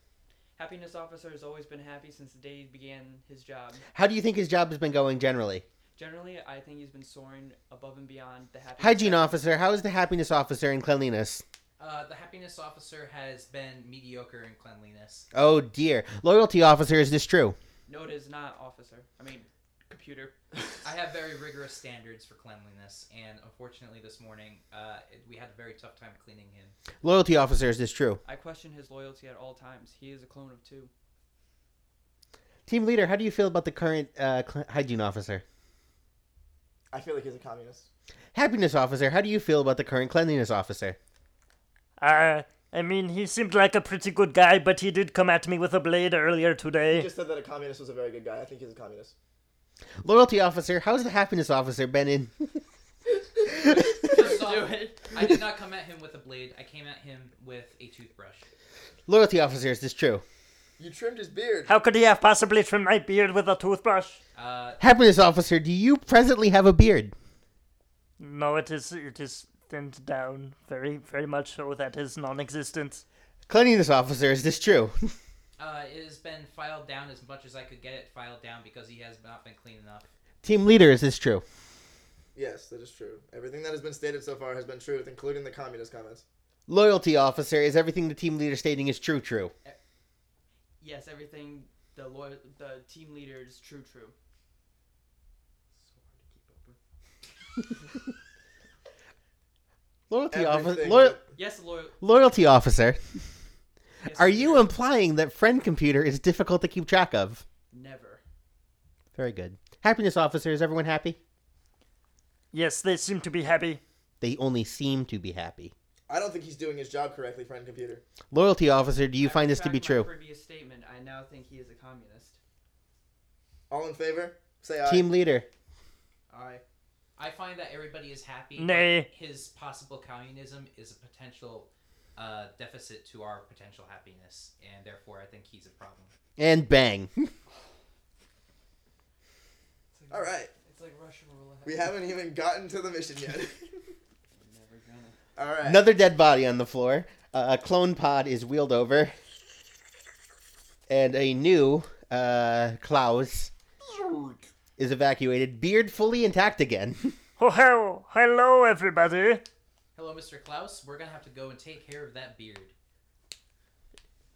Speaker 4: Happiness officer has always been happy since the day he began his job.
Speaker 1: How do you think his job has been going generally?
Speaker 4: Generally, I think he's been soaring above and beyond the happiness.
Speaker 1: Hygiene officer, how is the happiness officer in cleanliness?
Speaker 7: Uh, the happiness officer has been mediocre in cleanliness.
Speaker 1: Oh dear. Loyalty officer, is this true?
Speaker 4: No, it is not officer. I mean, computer.
Speaker 7: I have very rigorous standards for cleanliness, and unfortunately, this morning uh, it- we had a very tough time cleaning him.
Speaker 1: Loyalty officer, is this true?
Speaker 4: I question his loyalty at all times. He is a clone of two.
Speaker 1: Team leader, how do you feel about the current uh, cl- hygiene officer?
Speaker 6: I feel like he's a communist.
Speaker 1: Happiness officer, how do you feel about the current cleanliness officer?
Speaker 8: Uh, I mean, he seemed like a pretty good guy, but he did come at me with a blade earlier
Speaker 6: He
Speaker 8: today.
Speaker 6: just said that a communist was a very good guy. I think he's a communist.
Speaker 1: Loyalty officer, how has the happiness officer been in?
Speaker 7: First off, I did not come at him with a blade. I came at him with a toothbrush.
Speaker 1: Loyalty officer, is this true?
Speaker 6: You trimmed his beard.
Speaker 8: How could he have possibly trimmed my beard with a toothbrush?
Speaker 7: Uh,
Speaker 1: Happiness officer, do you presently have a beard?
Speaker 8: No, it is it is thinned down very very much so that is non-existent.
Speaker 1: Cleanliness officer, is this true?
Speaker 7: uh, it has been filed down as much as I could get it filed down because he has not been clean enough.
Speaker 1: Team leader, is this true?
Speaker 6: Yes, that is true. Everything that has been stated so far has been true, including the communist comments.
Speaker 1: Loyalty officer is everything the team leader stating is true true.
Speaker 4: Yes, everything the lawyer, the team leader is true, true. So hard to keep up with.
Speaker 1: Loyalty officer
Speaker 6: Everything
Speaker 1: loyal
Speaker 6: that-
Speaker 4: Yes, loyal.
Speaker 1: loyalty officer.
Speaker 4: Yes,
Speaker 1: Are you
Speaker 4: leader.
Speaker 1: implying that friend computer is difficult to keep track of?
Speaker 4: Never.
Speaker 1: Very good. Happiness officer, is everyone happy?
Speaker 8: Yes, they seem to be happy.
Speaker 1: They only seem to be happy.
Speaker 6: I don't think he's doing his job correctly, friend computer.
Speaker 1: Loyalty officer, do you
Speaker 4: I
Speaker 1: find this to
Speaker 4: retract
Speaker 1: be
Speaker 4: my
Speaker 1: true?
Speaker 4: Previous statement. I now think he is a communist.
Speaker 6: All in favor? Say aye.
Speaker 1: Team leader.
Speaker 4: I.
Speaker 7: I find that everybody is happy. but
Speaker 8: Nay.
Speaker 7: His possible communism is a potential uh, deficit to our potential happiness, and therefore I think he's a problem.
Speaker 1: And bang.
Speaker 4: It's like,
Speaker 6: All right.
Speaker 4: It's like Russian roulette.
Speaker 6: We haven't even gotten to the mission yet.
Speaker 4: Never gonna.
Speaker 6: All right.
Speaker 1: Another dead body on the floor. Uh, a clone pod is wheeled over. And a new uh, Klaus is evacuated, beard fully intact again.
Speaker 8: Oh, hell. hello, everybody.
Speaker 7: Hello, Mr. Klaus. We're gonna have to go and take care of that beard.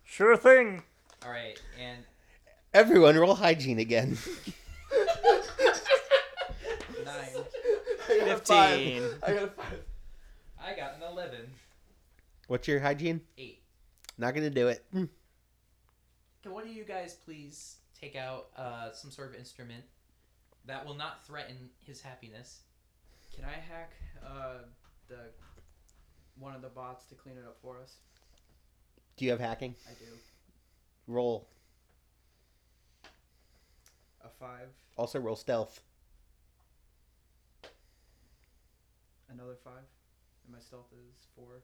Speaker 8: Sure thing.
Speaker 7: All right, and
Speaker 1: Everyone roll hygiene again.
Speaker 7: nine.
Speaker 6: I got a five.
Speaker 9: 15.
Speaker 6: I got a five.
Speaker 7: I got an eleven.
Speaker 1: What's your hygiene?
Speaker 7: Eight.
Speaker 1: Not gonna do it.
Speaker 7: Can one of you guys please take out uh, some sort of instrument that will not threaten his happiness?
Speaker 4: Can I hack uh, the one of the bots to clean it up for us?
Speaker 1: Do you have hacking?
Speaker 4: I do.
Speaker 1: Roll.
Speaker 4: A five,
Speaker 1: Also roll stealth.
Speaker 4: another five, and my stealth is four.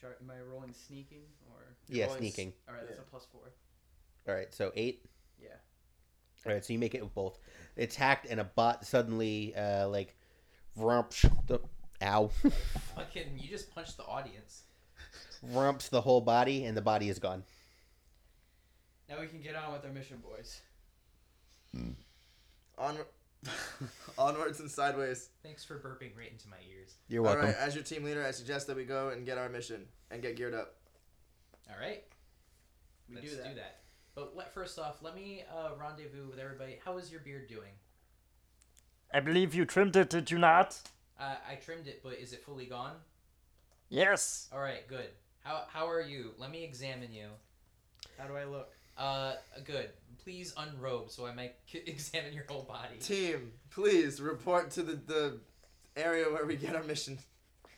Speaker 4: Char- am I rolling sneaking or?
Speaker 1: yeah,
Speaker 6: rolling s-
Speaker 1: sneaking.
Speaker 4: All right, that's
Speaker 6: Yeah.
Speaker 4: a plus four.
Speaker 1: All right, so eight.
Speaker 4: Yeah.
Speaker 1: All right, so you make it with both. It's hacked, and a bot suddenly, uh, like, rumps the ow,
Speaker 7: Fucking, you just punched the audience.
Speaker 1: rumps the whole body, and the body is gone.
Speaker 4: Now we can get on with our mission, boys.
Speaker 6: Onward. Onwards and sideways.
Speaker 7: Thanks for burping right into my ears.
Speaker 1: You're welcome.
Speaker 6: All right, as your team leader, I suggest that we go and get our mission and get geared up.
Speaker 7: All right,
Speaker 4: We
Speaker 7: let's
Speaker 4: do that.
Speaker 7: But let, first off, let me uh, rendezvous with everybody. How is your beard doing?
Speaker 8: I believe you trimmed it, did you not?
Speaker 7: Uh, I trimmed it, but is it fully gone?
Speaker 8: Yes.
Speaker 7: All right, good. How how are you? Let me examine you.
Speaker 4: How do I look?
Speaker 7: Uh, good. Please unrobe so I might c- examine your whole body.
Speaker 6: Team, please report to the, the area where we get our mission.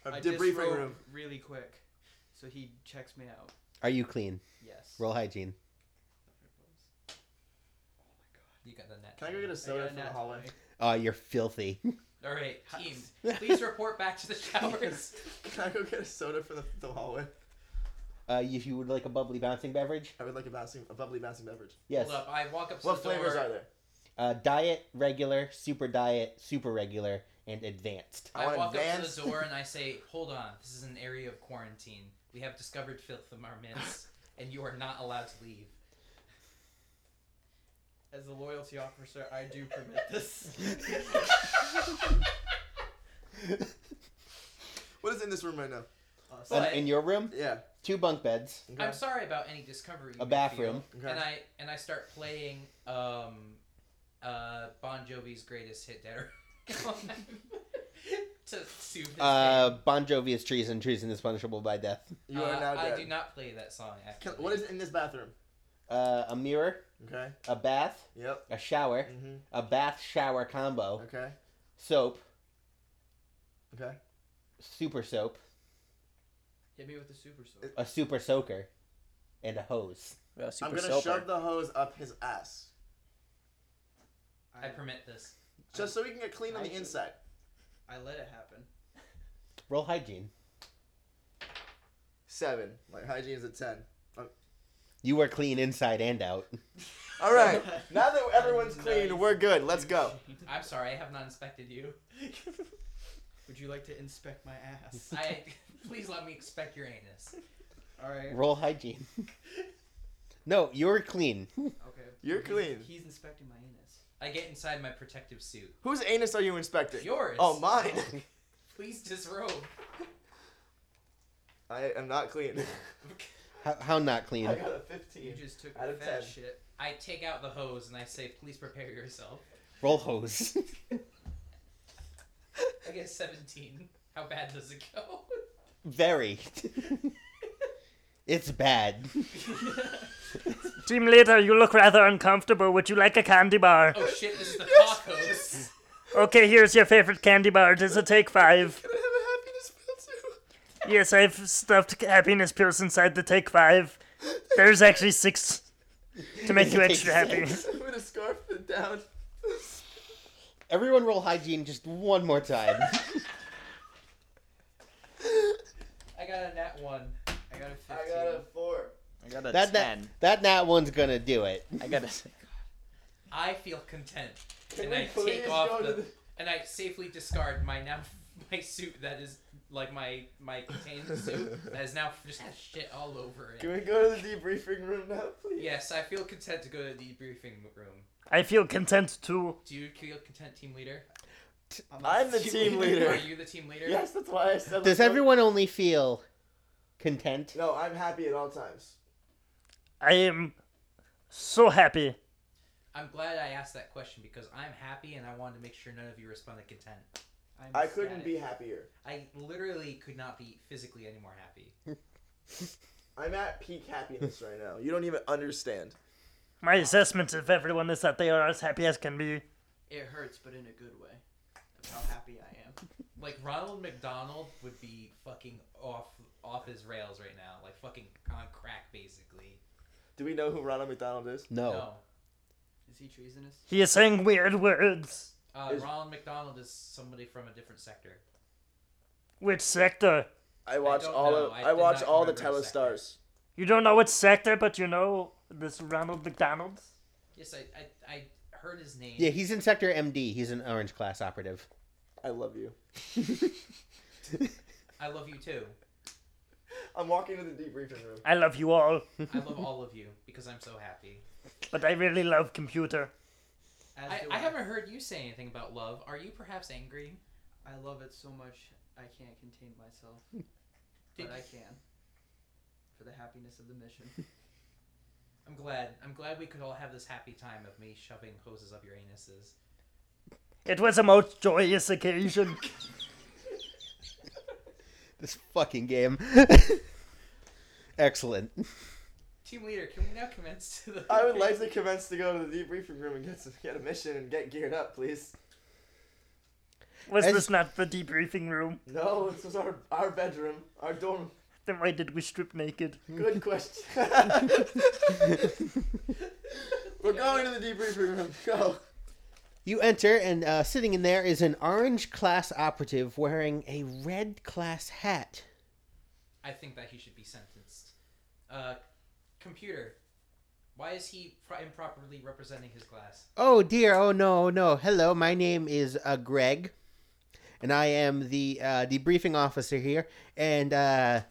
Speaker 6: Our
Speaker 4: I
Speaker 6: debriefing
Speaker 4: disrobe
Speaker 6: room.
Speaker 4: really quick, so he checks me out.
Speaker 1: Are you clean?
Speaker 4: Yes.
Speaker 1: Roll hygiene.
Speaker 7: Oh You got the net.
Speaker 6: Can I go get a
Speaker 4: I got
Speaker 6: soda
Speaker 4: a
Speaker 6: from the
Speaker 4: nat
Speaker 6: hallway?
Speaker 4: 20.
Speaker 1: Oh, you're filthy.
Speaker 7: All right, team. Please report back to the showers.
Speaker 6: Can I go get a soda from the, the hallway?
Speaker 1: Uh, if you would like a bubbly bouncing beverage,
Speaker 6: I would like a bouncing, a bubbly bouncing beverage.
Speaker 1: yes.
Speaker 7: Hold up, I walk up to
Speaker 6: What
Speaker 7: the door.
Speaker 6: flavors are there?
Speaker 1: Uh, diet, regular, super diet, super regular, and advanced.
Speaker 6: I
Speaker 7: I,
Speaker 6: want
Speaker 7: walk up
Speaker 6: advanced-
Speaker 7: to the door and I say, "Hold on, this is an area of quarantine. We have discovered filth in our midst, and you are not allowed to leave."
Speaker 4: As the loyalty officer, I do permit this.
Speaker 6: What is in this room right now?
Speaker 4: Us.
Speaker 1: And
Speaker 7: But-
Speaker 1: in your room,
Speaker 6: Yeah.
Speaker 1: two bunk beds,
Speaker 6: Okay.
Speaker 7: I'm sorry about any discovery. you
Speaker 1: a
Speaker 7: may
Speaker 1: bathroom.
Speaker 7: feel.
Speaker 6: Okay.
Speaker 7: And I and I start playing um, uh, Bon Jovi's greatest hit deader to soothe his
Speaker 1: Uh,
Speaker 7: pain.
Speaker 1: Bon Jovi is treason. Treason is punishable by death.
Speaker 6: you are
Speaker 7: Uh,
Speaker 6: now dead.
Speaker 7: I do not play that song.
Speaker 6: Can,
Speaker 7: Actually.
Speaker 6: what is in this bathroom?
Speaker 1: Uh, a mirror,
Speaker 6: Okay.
Speaker 1: a bath,
Speaker 6: Yep.
Speaker 1: a shower,
Speaker 6: Mm-hmm.
Speaker 1: a bath shower combo,
Speaker 6: Okay.
Speaker 1: soap,
Speaker 6: Okay.
Speaker 1: super soap,
Speaker 4: Hit me with the super sword.
Speaker 6: It-
Speaker 1: a super soaker, and a hose.
Speaker 9: Uh, super
Speaker 6: I'm gonna
Speaker 9: soaper.
Speaker 6: shove the hose up his ass,
Speaker 7: I permit this.
Speaker 6: just so he can get clean on
Speaker 4: I
Speaker 6: the
Speaker 4: should-
Speaker 6: inside.
Speaker 4: I let it happen.
Speaker 1: Roll hygiene.
Speaker 6: Seven. My hygiene is a ten. Oh.
Speaker 1: You are clean inside and out.
Speaker 6: All right. now that everyone's clean, we're good. Let's go.
Speaker 7: I'm sorry, I have not inspected you.
Speaker 4: Would you like to inspect my ass?
Speaker 7: I please let me inspect your anus.
Speaker 4: All right.
Speaker 1: Roll hygiene. no, you're clean.
Speaker 4: Okay.
Speaker 6: You're
Speaker 4: He's-
Speaker 6: clean.
Speaker 4: He's inspecting my anus.
Speaker 7: I get inside my protective suit.
Speaker 6: Whose anus are you inspecting?
Speaker 7: Yours.
Speaker 6: Oh, mine.
Speaker 7: Please disrobe.
Speaker 6: I am not clean.
Speaker 1: How, how not clean?
Speaker 6: I got a
Speaker 4: You
Speaker 6: 15.
Speaker 4: just took
Speaker 6: Out
Speaker 4: the
Speaker 6: of
Speaker 4: fat
Speaker 6: 10.
Speaker 4: shit.
Speaker 7: I take out the hose and I say, "Please prepare yourself."
Speaker 1: Roll hose.
Speaker 7: I get a 17. How bad does it go?
Speaker 1: Very. it's bad.
Speaker 8: Team leader, you look rather uncomfortable. Would you like a candy bar?
Speaker 7: oh shit! This is the cock hose.
Speaker 8: Okay, here's your favorite candy bar. It is a take five.
Speaker 6: Can I have a happiness pill
Speaker 8: Yes, I've stuffed happiness pills inside the take five. There's actually six to make you
Speaker 1: Take
Speaker 8: extra happy.
Speaker 1: six.
Speaker 6: too? I'm gonna scarf it down.
Speaker 1: Everyone roll hygiene just one more time.
Speaker 7: I got a nat one.
Speaker 4: I got a 15.
Speaker 6: I got a four.
Speaker 9: I got a
Speaker 1: that, that,
Speaker 9: 10.
Speaker 1: that nat one's gonna do it.
Speaker 9: I got a.
Speaker 7: I feel content,
Speaker 6: Can
Speaker 7: and
Speaker 6: we
Speaker 7: I
Speaker 6: please
Speaker 7: take off
Speaker 6: go to
Speaker 7: the,
Speaker 6: the-
Speaker 7: and I safely discard my now my suit that is like my my contained suit that is now just has shit all over
Speaker 6: Can
Speaker 7: it.
Speaker 6: we go to the debriefing room now, please?
Speaker 7: Yes, I feel content to go to the debriefing room.
Speaker 8: I feel content too.
Speaker 7: Do you feel content, team leader?
Speaker 6: I'm the team
Speaker 7: Are
Speaker 6: leader.
Speaker 7: you the team leader?
Speaker 6: Yes, that's why I said.
Speaker 1: Does
Speaker 6: let's go-
Speaker 1: everyone only feel content?
Speaker 6: No, I'm happy at all times.
Speaker 8: I am so happy.
Speaker 7: I'm glad I asked that question because I'm happy and I wanted to make sure none of you responded content.
Speaker 4: I'm
Speaker 6: I couldn't
Speaker 4: ecstatic.
Speaker 6: be happier.
Speaker 7: I literally could not be physically any more happy.
Speaker 6: I'm at peak happiness right now. You don't even understand.
Speaker 8: My assessment of everyone is that they are as happy as can be.
Speaker 4: It hurts, but in a good way. Of how happy I am.
Speaker 7: Like Ronald McDonald would be fucking off off his rails right now, like fucking on crack basically.
Speaker 6: Do we know who Ronald McDonald is?
Speaker 1: No.
Speaker 7: No,
Speaker 4: Is he treasonous?
Speaker 8: He is saying weird words.
Speaker 7: uh,
Speaker 6: Is-
Speaker 7: Ronald McDonald is somebody from a different sector.
Speaker 8: Which sector?
Speaker 6: I watch
Speaker 7: don't
Speaker 6: all
Speaker 7: know.
Speaker 6: of
Speaker 7: I
Speaker 6: I,
Speaker 7: did
Speaker 6: watch
Speaker 7: not
Speaker 6: all the
Speaker 7: remember his sector.
Speaker 6: Telestars.
Speaker 8: You don't know which sector, but you know this Ronald McDonald.
Speaker 7: Yes, I I, I heard his name.
Speaker 1: Yeah, he's in Sector MD. He's an orange class operative.
Speaker 6: I love you.
Speaker 7: I love you too.
Speaker 6: I'm walking to the debriefing room.
Speaker 8: I love you all,
Speaker 7: I love all of you because I'm so happy.
Speaker 8: but I really love computer.
Speaker 4: As
Speaker 7: I,
Speaker 4: do
Speaker 7: I haven't heard you say anything about love. Are you perhaps angry?
Speaker 4: I love it so much I can't contain myself.
Speaker 7: Did-
Speaker 4: but I can. For the happiness of the mission.
Speaker 7: I'm glad. I'm glad we could all have this happy time of me shoving hoses up your anuses.
Speaker 8: It was a most joyous occasion.
Speaker 1: This fucking game. Excellent.
Speaker 7: Team leader, can we now commence to the?
Speaker 6: I would like to commence to go to the debriefing room and get some, get a mission and get geared up, please.
Speaker 8: Was
Speaker 1: As-
Speaker 8: this not the debriefing room?
Speaker 6: No, this was our our bedroom, our dorm.
Speaker 8: Then why did we strip naked?
Speaker 6: Good question. We're going to the debriefing room. Go.
Speaker 1: You enter, and uh, sitting in there is an orange class operative wearing a red class hat.
Speaker 7: I think that he should be sentenced. Uh, computer, why is he pro- improperly representing his class?
Speaker 1: Oh dear, oh no, no. Hello, my name is uh, Greg, and I am the uh, debriefing officer here. And uh,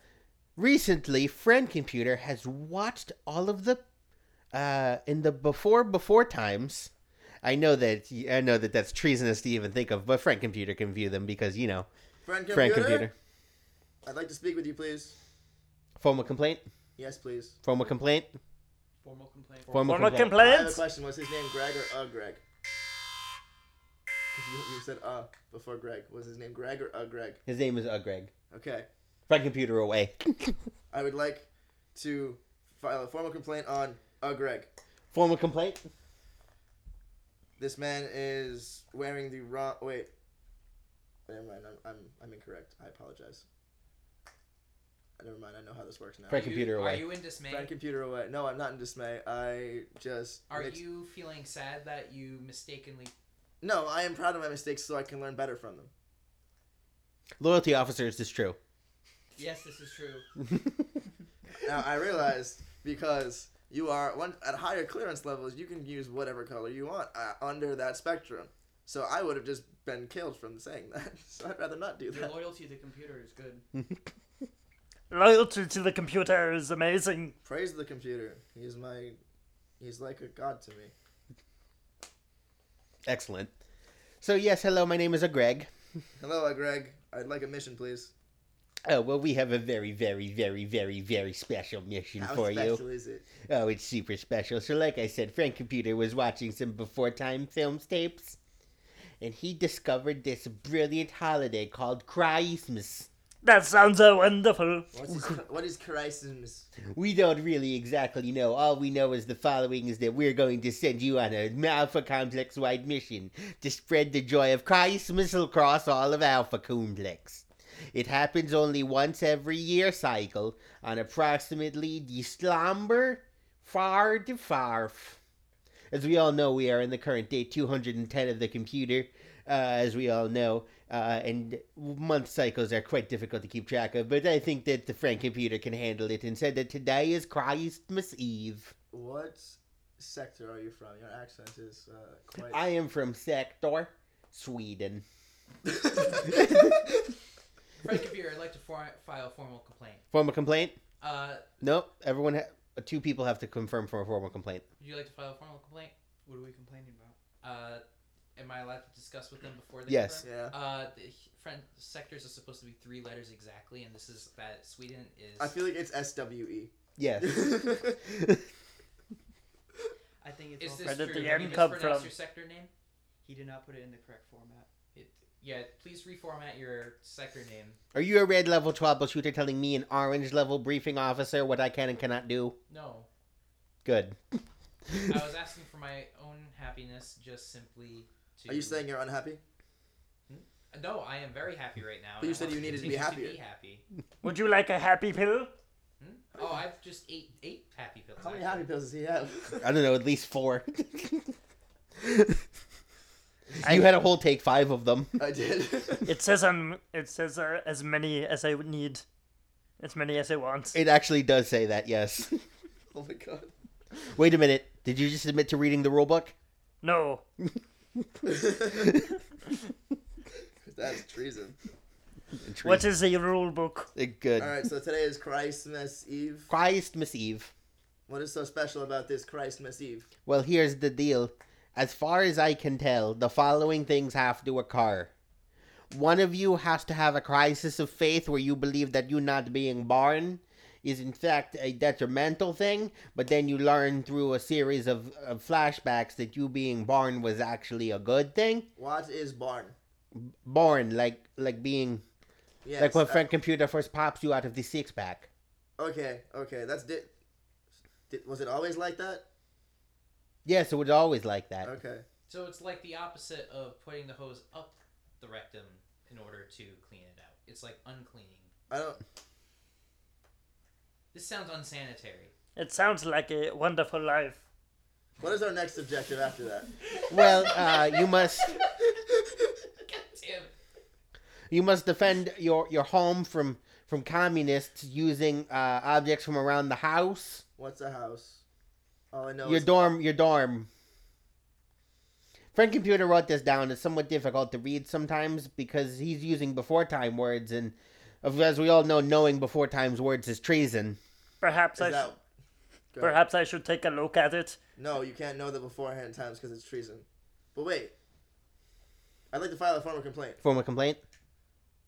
Speaker 1: recently, Friend Computer has watched all of the uh, in the before before times. I know that I know that that's treasonous to even think of, but Friend Computer can view them because you know
Speaker 6: Friend
Speaker 1: Friend Computer.
Speaker 6: I'd like to speak with you, please.
Speaker 1: Formal complaint.
Speaker 6: Yes, please.
Speaker 1: Formal complaint.
Speaker 4: Formal complaint.
Speaker 1: Formal,
Speaker 8: Formal
Speaker 1: complaint.
Speaker 6: I have a
Speaker 8: complaints?
Speaker 6: question. Was his name Greg or uh Greg? 'Cause You, you said uh before Greg. Was his name Greg or uh Greg?
Speaker 1: His name is uh, Greg.
Speaker 6: Okay.
Speaker 1: Friend Computer away.
Speaker 6: I would like to file a formal complaint on uh Greg.
Speaker 1: Formal complaint.
Speaker 6: This man is wearing the wrong. Wait. Never mind. I'm I'm, I'm incorrect. I apologize. Never mind. I know how this works now.
Speaker 1: Friend
Speaker 7: You-
Speaker 1: Computer away.
Speaker 7: Are you in dismay?
Speaker 6: Friend computer away. No, I'm not in dismay. I just.
Speaker 7: Are
Speaker 6: mixed-
Speaker 7: you feeling sad that you mistakenly?
Speaker 6: No, I am proud of my mistakes so I can learn better from them.
Speaker 1: Loyalty officers is true.
Speaker 4: Yes, this is true.
Speaker 6: Now I realized because you are one at higher clearance levels, you can use whatever color you want uh, under that spectrum. So I would have just been killed from saying that. So I'd rather not do
Speaker 4: Your
Speaker 6: that.
Speaker 4: loyalty to the computer is good.
Speaker 8: Loyalty to the computer is amazing.
Speaker 6: Praise the computer. He's my, he's like a god to me.
Speaker 1: Excellent. So yes, hello. My name is uh, Greg.
Speaker 6: Hello, uh, Greg. I'd like a mission, please.
Speaker 1: Oh well, we have a very, very, very, very, very special mission
Speaker 6: How
Speaker 1: for you.
Speaker 6: special is it?
Speaker 1: Oh, it's super special. So, like I said, Frank Computer was watching some before time films tapes, and he discovered this brilliant holiday called Christmas.
Speaker 8: That sounds uh, wonderful.
Speaker 6: What's his, what is Christmas?
Speaker 1: We don't really exactly know. All we know is the following is that we're going to send you on an Alpha Complex wide mission to spread the joy of Christmas across all of Alpha Complex. It happens only once every year cycle on approximately the slumber far to farf. As we all know, we are in the current day 210 of the computer, uh, as we all know, uh, and month cycles are quite difficult to keep track of, but I think that the Frank computer can handle it and said that today is Christmas Eve.
Speaker 6: What sector are you from? Your accent is uh, quite.
Speaker 1: I am from Sector, Sweden.
Speaker 7: Frank Computer, I'd like to for- file a formal complaint.
Speaker 1: Formal complaint?
Speaker 7: Uh,
Speaker 1: Nope. Everyone, ha- two people have to confirm for a formal complaint.
Speaker 7: would you like to file a formal complaint?
Speaker 4: What are we complaining about?
Speaker 7: Uh, am I allowed to discuss with them before they
Speaker 1: Yes.
Speaker 7: confirm?
Speaker 6: yeah.
Speaker 7: Uh, the h- friend sectors are supposed to be three letters exactly, and this is that Sweden is.
Speaker 6: I feel like it's S W E.
Speaker 1: Yes.
Speaker 4: I think it's
Speaker 7: is
Speaker 4: also
Speaker 7: this
Speaker 8: Where
Speaker 7: true?
Speaker 8: did the
Speaker 7: Have
Speaker 8: N
Speaker 7: you
Speaker 8: come
Speaker 7: mispronounced
Speaker 8: from?
Speaker 7: your sector name?
Speaker 4: he did not put it in the correct format.
Speaker 7: It, yeah, please reformat your sector name.
Speaker 1: Are you a red level troubleshooter telling me an orange level briefing officer what I can and cannot do?
Speaker 7: No,
Speaker 1: Good.
Speaker 7: I was asking for my own happiness, just simply to.
Speaker 6: Are you saying you're unhappy?
Speaker 7: No, I am very happy right now.
Speaker 6: But
Speaker 7: and
Speaker 6: you
Speaker 7: I
Speaker 6: said
Speaker 7: want
Speaker 6: you needed to be
Speaker 7: continue
Speaker 6: happier.
Speaker 7: Be happy.
Speaker 8: Would you like a happy pill?
Speaker 7: Hmm? Oh, I've just ate eight happy pills.
Speaker 6: How many
Speaker 7: actually.
Speaker 6: happy pills does he have?
Speaker 1: I don't know, at least four. you had a whole take five of them.
Speaker 6: I did.
Speaker 8: It says um, it says uh, as many as I would need, as many as I want.
Speaker 1: It actually does say that, yes.
Speaker 6: oh my god.
Speaker 1: Wait a minute. Did you just admit to reading the rule book?
Speaker 8: No,
Speaker 6: That's treason.
Speaker 8: what is the rule book?
Speaker 1: Uh, Good.
Speaker 6: All right, so today is Christmas Eve.
Speaker 1: Christmas Eve.
Speaker 6: What is so special about this Christmas Eve?
Speaker 1: Well, here's the deal. As far as I can tell, the following things have to occur. One of you has to have a crisis of faith where you believe that you not being born is in fact a detrimental thing, but then you learn through a series of, of flashbacks that you being born was actually a good thing.
Speaker 6: What is barn?
Speaker 1: Born, like like being
Speaker 6: Yes.
Speaker 1: like when
Speaker 6: uh,
Speaker 1: Frank Computer first pops you out of the six pack.
Speaker 6: okay, okay, that's di- did. Was it always like that?
Speaker 1: Yes, it was always like that.
Speaker 6: Okay.
Speaker 7: So it's like the opposite of putting the hose up the rectum in order to clean it out. It's like uncleaning.
Speaker 6: I don't.
Speaker 7: This sounds unsanitary.
Speaker 8: It sounds like a wonderful life.
Speaker 6: What is our next objective after that?
Speaker 1: Well, uh, you must
Speaker 7: God damn it.
Speaker 1: You must defend your, your home from from communists using uh, objects from around the house.
Speaker 6: What's a house? All I know
Speaker 1: your
Speaker 6: is
Speaker 1: dorm, your dorm. Frank Computer wrote this down. It's somewhat difficult to read sometimes because he's using before time words, and of- as we all know, knowing before time's words is treason.
Speaker 8: Perhaps I,
Speaker 6: Is
Speaker 8: sh-
Speaker 6: that, Go ahead.
Speaker 8: perhaps I should take a look at it.
Speaker 6: No, you can't know the beforehand times because it's treason. But wait, I'd like to file a formal complaint.
Speaker 1: Formal complaint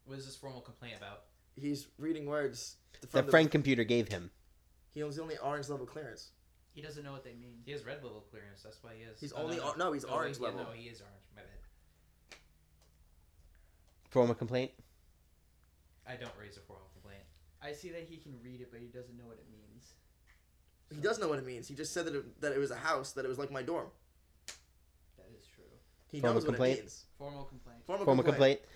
Speaker 7: What is this formal complaint about?
Speaker 6: He's reading words from
Speaker 1: that
Speaker 6: the,
Speaker 1: Frank Computer gave him.
Speaker 6: He was the only orange level clearance.
Speaker 4: He doesn't know what they mean.
Speaker 7: He has red level clearance. That's why he has. Oh,
Speaker 6: He's only or- no, he's
Speaker 7: wait,
Speaker 6: orange
Speaker 7: yeah,
Speaker 6: level.
Speaker 7: no, he is orange. My bad.
Speaker 1: Formal complaint.
Speaker 7: I don't raise a formal complaint.
Speaker 4: I see that he can read it, but he doesn't know what it means.
Speaker 6: He does know what it means. He just said that it, that it was a house, that it was like my dorm.
Speaker 4: That is true.
Speaker 6: He
Speaker 1: Formal
Speaker 6: knows what
Speaker 1: complaint.
Speaker 6: it means.
Speaker 4: Formal complaint.
Speaker 6: Formal,
Speaker 1: Formal
Speaker 6: complaint.
Speaker 1: complaint.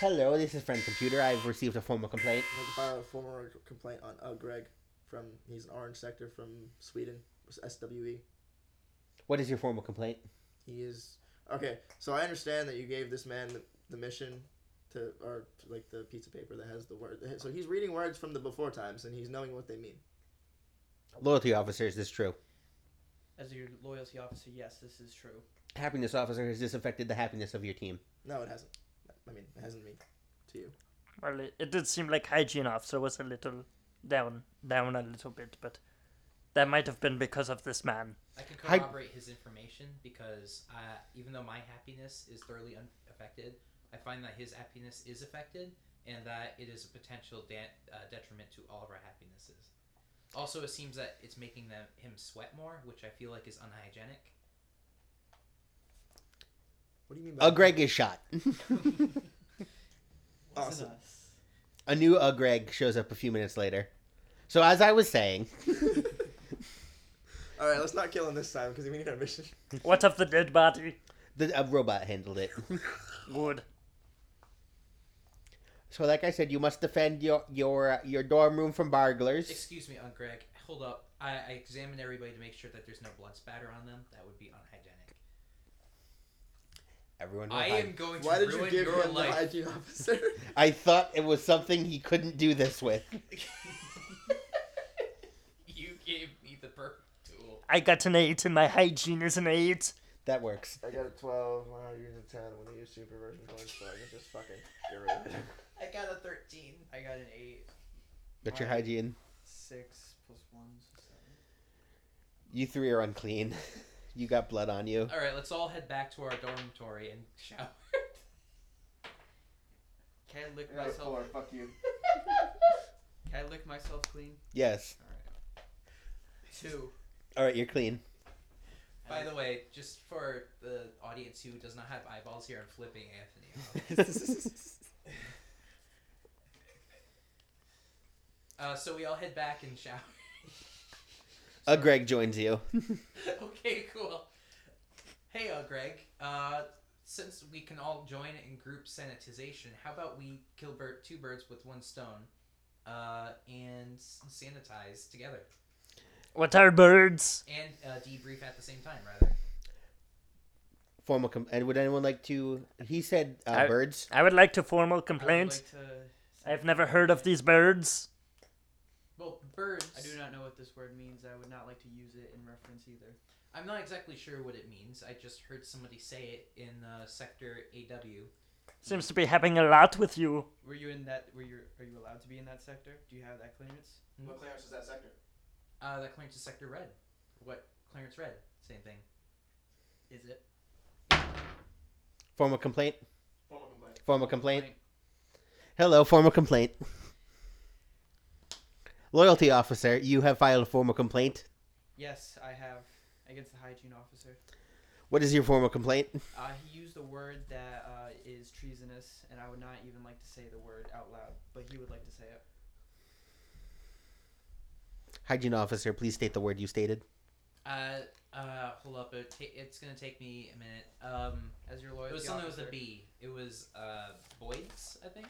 Speaker 1: Hello, this is Frank Computer. I've received a formal complaint.
Speaker 6: I'd like to file a formal complaint on uh, Greg from he's an orange sector from Sweden, E. SWE.
Speaker 1: What is your formal complaint?
Speaker 6: He is okay. So I understand that you gave this man the, the mission to, or like the piece of paper that has the word. So he's reading words from the before times and he's knowing what they mean.
Speaker 1: Loyalty officers, this is true.
Speaker 4: As your loyalty officer, yes, this is true.
Speaker 1: happiness officer has disaffected the happiness of your team.
Speaker 6: No, it hasn't. I mean, it hasn't me to you.
Speaker 8: Well, it, it did seem like hygiene officer was a little down, down a little bit, but That might have been because of this man.
Speaker 7: I can
Speaker 1: Hi-
Speaker 7: corroborate his information because uh, even though my happiness is thoroughly unaffected, I find that his happiness is affected and that it is a potential de- uh, detriment to all of our happinesses. Also, it seems that it's making them him sweat more, which I feel like is unhygienic.
Speaker 6: What do you mean by
Speaker 1: A Greg is shot.
Speaker 4: Wasn't
Speaker 1: Awesome.
Speaker 4: us.
Speaker 1: a new a Greg shows up a few minutes later. So as I was saying,
Speaker 6: All right, let's not kill him this time because we need our mission.
Speaker 8: What of the dead body?
Speaker 1: the a robot handled it.
Speaker 8: Good.
Speaker 1: So like I said, you must defend your your your dorm room from burglars.
Speaker 7: Excuse me, Aunt Greg. Hold up. I, I examined everybody to make sure that there's no blood spatter on them. That would be unhygienic.
Speaker 1: Everyone,
Speaker 7: I
Speaker 1: behind.
Speaker 7: am going to
Speaker 6: Why did
Speaker 7: ruin
Speaker 6: you give
Speaker 7: your
Speaker 6: him the
Speaker 7: life.
Speaker 6: hygiene officer?
Speaker 1: I thought it was something he couldn't do this with.
Speaker 7: you gave me the perfect tool.
Speaker 8: I got an 8 and my hygiene is an 8.
Speaker 1: That works.
Speaker 6: I got a 12. Wow, you're a 10. When you use superversion points, so I can just fucking get rid of it.
Speaker 4: I got a 13. I got an 8.
Speaker 1: But your
Speaker 4: Wow.
Speaker 1: hygiene,
Speaker 4: 6 plus 1 so 7.
Speaker 1: you three are unclean. You got blood on you.
Speaker 7: All right, let's all head back to our dormitory and shower.
Speaker 4: Can I lick
Speaker 6: I got a
Speaker 4: myself?
Speaker 6: 4. Fuck you.
Speaker 4: Can I lick myself clean?
Speaker 1: Yes.
Speaker 4: Two.
Speaker 1: All right, you're clean.
Speaker 7: By the way, just for the audience who does not have eyeballs here, I'm flipping Anthony. off. Uh, so we all head back and shower.
Speaker 1: a Greg joins you.
Speaker 7: okay, cool. Hey, uh, Greg. Uh, since we can all join in group sanitization, how about we kill bir- two birds with one stone, uh, and s- sanitize together
Speaker 8: What are birds?
Speaker 7: and uh, debrief at the same time, rather.
Speaker 1: Formal. Com- and would anyone like to? He said uh,
Speaker 8: I-
Speaker 1: birds.
Speaker 8: I would like to formal
Speaker 4: I would
Speaker 8: complaint.
Speaker 4: Like to...
Speaker 8: I've never heard of these birds.
Speaker 7: Well, birds.
Speaker 4: I do not know what this word means. I would not like to use it in reference either.
Speaker 7: I'm not exactly sure what it means. I just heard somebody say it in uh, sector AW.
Speaker 8: Seems to be happening a lot with you.
Speaker 4: Were you in that? Were you? Are you allowed to be in that sector? Do you have that clearance?
Speaker 6: What clearance is that sector?
Speaker 7: Hmm? Uh, that clearance is sector red. What clearance red? Same thing.
Speaker 4: Is it?
Speaker 1: Formal complaint.
Speaker 6: Formal complaint.
Speaker 1: Formal complaint. Hello, formal complaint. Loyalty officer, you have filed a formal complaint.
Speaker 4: Yes, I have against the hygiene officer.
Speaker 1: What is your formal complaint?
Speaker 4: Uh, he used a word that uh, is treasonous, and I would not even like to say the word out loud, but he would like to say it.
Speaker 1: Hygiene officer, please state the word you stated.
Speaker 7: Uh, uh, hold up. It ta- it's gonna take me a minute. Um,
Speaker 4: As your
Speaker 7: it
Speaker 4: loyalty
Speaker 7: was something with
Speaker 4: officer.
Speaker 7: a B. It was uh, Boyd's, I think.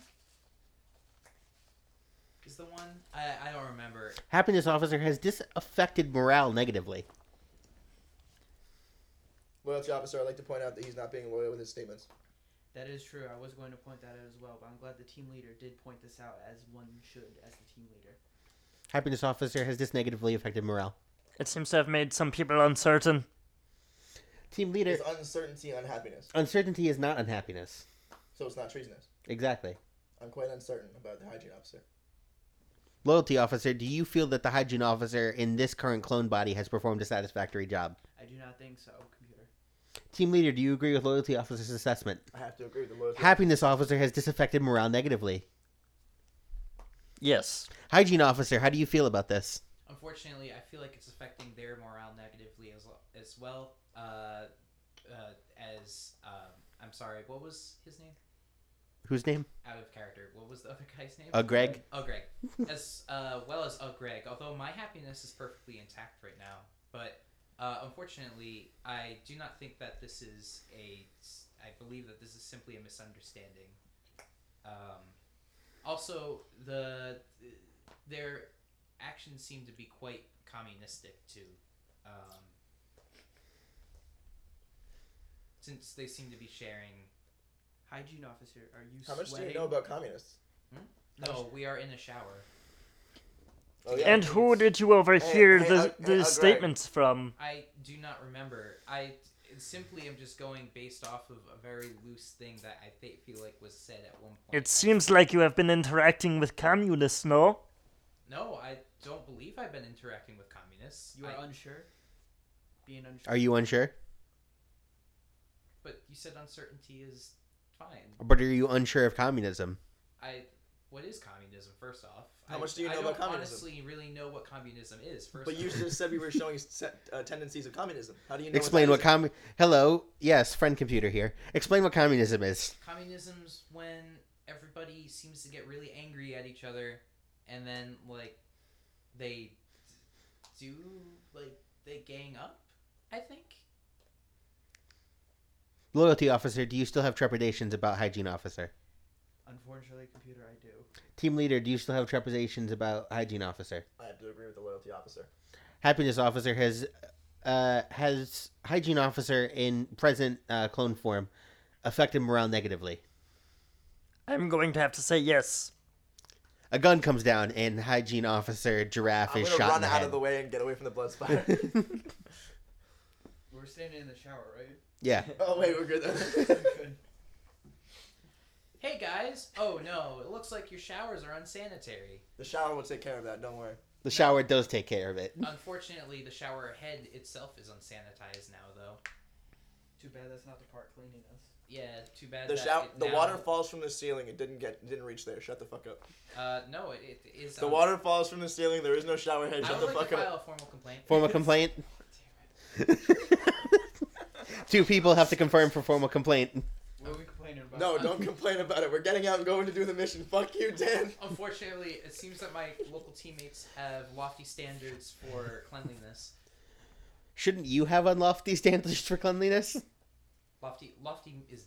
Speaker 7: Is the one I I don't remember.
Speaker 1: Happiness officer, has this affected morale negatively?
Speaker 6: Loyalty officer, I'd like to point out that he's not being loyal with his statements.
Speaker 4: That is true. I was going to point that out as well, but I'm glad the team leader did point this out as one should as the team leader.
Speaker 1: Happiness officer, has this negatively affected morale?
Speaker 8: It seems to have made some people uncertain.
Speaker 1: Team leader,
Speaker 6: It's uncertainty, unhappiness.
Speaker 1: uncertainty is not unhappiness.
Speaker 6: So it's not treasonous.
Speaker 1: Exactly.
Speaker 6: I'm quite uncertain about the hygiene officer.
Speaker 1: Loyalty officer, do you feel that the hygiene officer in this current clone body has performed a satisfactory job?
Speaker 4: I do not think so, computer.
Speaker 1: Team leader, do you agree with loyalty officer's assessment?
Speaker 6: I have to agree with the loyalty.
Speaker 1: Happiness officer, has this affected morale negatively?
Speaker 8: Yes.
Speaker 1: Hygiene officer, how do you feel about this?
Speaker 7: Unfortunately, I feel like it's affecting their morale negatively as l- as well. Uh, uh, as um, I'm sorry. What was his name?
Speaker 1: Whose name?
Speaker 7: Out of character. What was the other guy's name?
Speaker 1: Uh, Greg.
Speaker 7: Oh, Greg. As uh, well as Oh, Greg. Although my happiness is perfectly intact right now, but uh, unfortunately, I do not think that this is a. I believe that this is simply a misunderstanding. Um, also, the their actions seem to be quite communistic too. Um, since they seem to be sharing.
Speaker 4: Hygiene officer, are you
Speaker 6: How much do
Speaker 4: sweating?
Speaker 6: you know about communists?
Speaker 7: No, we are in a shower.
Speaker 6: Oh, yeah.
Speaker 8: And who did you overhear
Speaker 6: Hey, hey,
Speaker 8: the,
Speaker 6: uh,
Speaker 8: the
Speaker 6: uh, Greg.
Speaker 8: statements from?
Speaker 7: I do not remember. I simply am just going based off of a very loose thing that I th- feel like was said at one point.
Speaker 8: It seems like you have been interacting with communists, no?
Speaker 7: no, I don't believe I've been interacting with communists.
Speaker 4: You are
Speaker 7: I-
Speaker 4: unsure. Being unsure.
Speaker 1: Are you unsure?
Speaker 7: but you said uncertainty is fine.
Speaker 1: But are you unsure of communism?
Speaker 7: I what is communism? First off,
Speaker 6: How
Speaker 7: I,
Speaker 6: much do you
Speaker 7: I
Speaker 6: know
Speaker 7: don't
Speaker 6: about communism?
Speaker 7: Honestly, really know what communism is. First,
Speaker 6: But you
Speaker 7: off.
Speaker 6: just said we were showing set, uh, tendencies of communism. How do you know
Speaker 1: Explain what
Speaker 6: that
Speaker 1: com. Hello, yes, friend computer here. Explain what communism is.
Speaker 7: communism's when everybody seems to get really angry at each other, and then like they do like they gang up. I think
Speaker 1: Loyalty officer, do you still have trepidations about hygiene officer?
Speaker 4: Unfortunately, computer, I do.
Speaker 1: Team leader, do you still have trepidations about hygiene officer?
Speaker 6: I have to agree with the loyalty officer.
Speaker 1: Happiness officer has uh, has hygiene officer in present uh, clone form affected morale negatively.
Speaker 8: I'm going to have to say yes.
Speaker 1: A gun comes down and hygiene officer giraffe
Speaker 6: I'm
Speaker 1: is
Speaker 6: gonna
Speaker 1: shot in
Speaker 6: run
Speaker 1: the
Speaker 6: out
Speaker 1: head.
Speaker 6: of the way and get away from the blood spider.
Speaker 4: We were standing in the shower, right?
Speaker 1: yeah,
Speaker 6: oh wait, we're good. Then.
Speaker 4: Good.
Speaker 7: Hey guys! Oh no, it looks like your showers are unsanitary.
Speaker 6: the shower will take care of that. Don't worry.
Speaker 1: the shower does take care of it.
Speaker 7: Unfortunately, the shower head itself is unsanitized now, though.
Speaker 4: Too bad that's not the part cleaning us.
Speaker 7: Yeah, too bad.
Speaker 6: The
Speaker 7: that
Speaker 6: shower,
Speaker 7: it
Speaker 6: the
Speaker 7: now-
Speaker 6: water falls from the ceiling. It didn't get, it didn't reach there. Shut the fuck up.
Speaker 7: Uh, no, it, it is.
Speaker 6: The
Speaker 7: un-
Speaker 6: water falls from the ceiling. There is no shower head.
Speaker 7: I
Speaker 6: Shut
Speaker 7: would
Speaker 6: the
Speaker 7: like
Speaker 6: fuck
Speaker 7: to
Speaker 6: up.
Speaker 7: file a formal complaint.
Speaker 1: Formal complaint.
Speaker 8: Oh,
Speaker 1: Two people have to confirm for formal complaint.
Speaker 4: What are we complaining about?
Speaker 6: No, don't complain about it. We're getting out and going to do the mission. Fuck you, Dan.
Speaker 7: Unfortunately, it seems that my local teammates have lofty standards for cleanliness.
Speaker 1: Shouldn't you have unlofty standards for cleanliness?
Speaker 7: Lofty, lofty is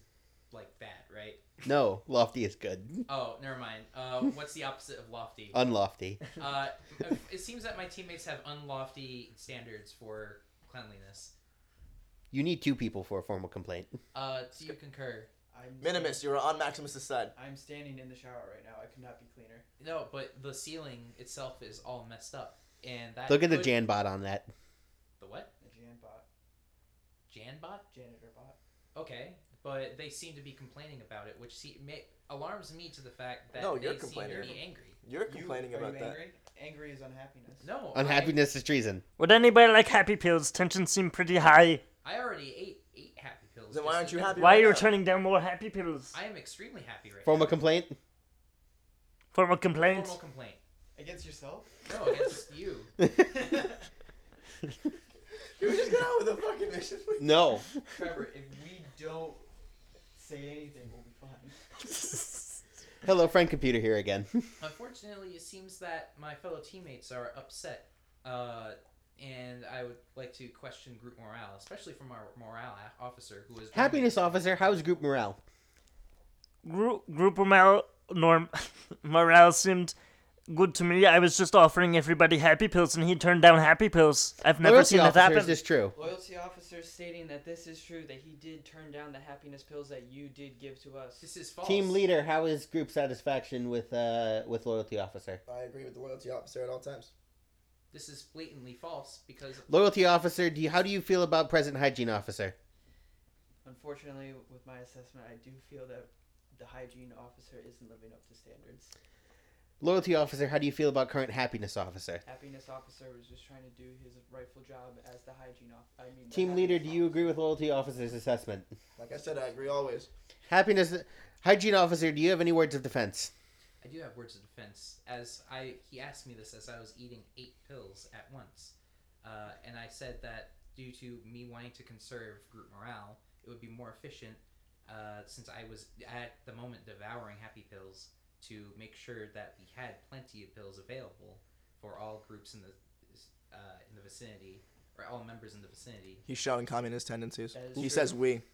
Speaker 7: like that, right?
Speaker 1: No, lofty is good.
Speaker 7: Oh, never mind. Uh, what's the opposite of lofty?
Speaker 1: Unlofty.
Speaker 7: Uh, it seems that my teammates have unlofty standards for cleanliness.
Speaker 1: You need two people for a formal complaint.
Speaker 7: Uh, do you concur?
Speaker 4: I'm
Speaker 6: Minimus, you are on Maximus's side.
Speaker 4: I'm standing in the shower right now. I could not be cleaner.
Speaker 7: No, but the ceiling itself is all messed up, and that
Speaker 1: Look at the
Speaker 7: could-
Speaker 1: Janbot on that.
Speaker 7: The what?
Speaker 4: The Jan bot,
Speaker 7: Janbot?
Speaker 4: janitor bot.
Speaker 7: Okay, but they seem to be complaining about it, which se- ma- alarms me to the fact that
Speaker 6: No,
Speaker 7: they
Speaker 6: you're
Speaker 7: seem
Speaker 6: complaining.
Speaker 7: to be angry.
Speaker 6: You're
Speaker 4: You-
Speaker 6: complaining
Speaker 4: are
Speaker 6: about
Speaker 4: you
Speaker 6: that.
Speaker 4: Angry? angry is unhappiness.
Speaker 7: No,
Speaker 1: Unhappiness is treason.
Speaker 8: Would anybody like happy pills? Tensions seem pretty high.
Speaker 7: I, I already ate eight happy pills.
Speaker 6: Then why
Speaker 7: just
Speaker 6: aren't you
Speaker 7: now.
Speaker 6: happy?
Speaker 8: Why are
Speaker 6: right
Speaker 8: you
Speaker 6: now?
Speaker 8: turning down more happy pills?
Speaker 7: I am extremely happy right
Speaker 1: Formal
Speaker 7: now.
Speaker 1: complaint?
Speaker 8: Formal complaint.
Speaker 7: Formal complaint.
Speaker 4: Against yourself?
Speaker 7: No, against you.
Speaker 6: You were just going out with a fucking mission.
Speaker 1: No.
Speaker 4: Trevor, if we don't say anything, we'll be fine.
Speaker 1: Hello, friend computer here again.
Speaker 7: Unfortunately, it seems that my fellow teammates are upset, uh, and I would like to question group morale, especially from our morale a- officer, who is
Speaker 1: Happiness officer, how's group morale?
Speaker 8: Gru- group morale, norm- morale seemed good to me. I was just offering everybody happy pills, and he turned down happy pills. I've never
Speaker 1: Loyalty
Speaker 8: seen that
Speaker 1: officer,
Speaker 8: happen.
Speaker 1: Is this true?
Speaker 10: Loyalty officer stating that this is true, that he did turn down the happiness pills that you did give to us.
Speaker 7: This is false.
Speaker 1: Team
Speaker 8: Oh.
Speaker 1: leader, how is group satisfaction with uh with loyalty officer?
Speaker 6: I agree with the loyalty officer at all times.
Speaker 7: This is blatantly false because
Speaker 1: Loyalty officer, do you, how do you feel about present hygiene officer?
Speaker 4: Unfortunately, with my assessment, I do feel that the hygiene officer isn't living up to standards.
Speaker 1: Loyalty officer, how do you feel about current happiness officer?
Speaker 4: Happiness officer was just trying to do his rightful job as the hygiene off. I mean, the
Speaker 1: Team leader, do
Speaker 4: happiness
Speaker 1: you agree with loyalty officer's assessment?
Speaker 6: Like I said, I agree always.
Speaker 1: Happiness hygiene officer, do you have any words of defense?
Speaker 7: I do have words of defense, as I he asked me this as I was eating eight pills at once, uh, and I said that due to me wanting to conserve group morale, it would be more efficient uh, since I was at the moment devouring happy pills to make sure that we had plenty of pills available for all groups in the uh, in the vicinity or all members in the vicinity.
Speaker 6: He's showing communist tendencies.
Speaker 4: That is
Speaker 6: He
Speaker 4: true.
Speaker 6: says we.
Speaker 4: officer.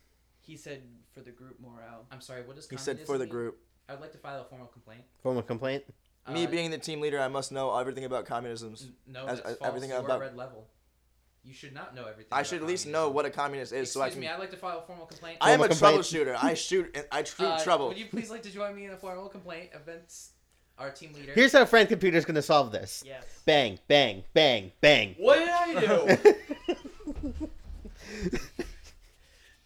Speaker 4: He said for the group morale.
Speaker 7: I'm sorry, what does
Speaker 6: He said for the group.
Speaker 7: I would like to file a formal complaint.
Speaker 1: Formal complaint?
Speaker 6: Me
Speaker 7: Uh,
Speaker 6: being the team leader, I must know everything about communisms.
Speaker 7: n- no,
Speaker 6: as-
Speaker 7: that's
Speaker 6: as-
Speaker 7: false.
Speaker 6: everything
Speaker 7: You are
Speaker 6: about-
Speaker 7: red level. You should not know everything.
Speaker 6: I
Speaker 7: about
Speaker 6: should at least
Speaker 7: communism.
Speaker 6: know what a communist is, so I
Speaker 7: Excuse
Speaker 6: can.
Speaker 7: me, I'd like to file a formal complaint.
Speaker 6: I am a
Speaker 1: Formal complaint.
Speaker 6: troubleshooter. I shoot. and I shoot
Speaker 7: Uh,
Speaker 6: trouble.
Speaker 7: Would you please like to join me in a formal complaint against our team leader?
Speaker 1: Here's how friend computer's gonna solve this.
Speaker 4: Yes.
Speaker 1: Bang, bang, bang, bang.
Speaker 4: What did I do?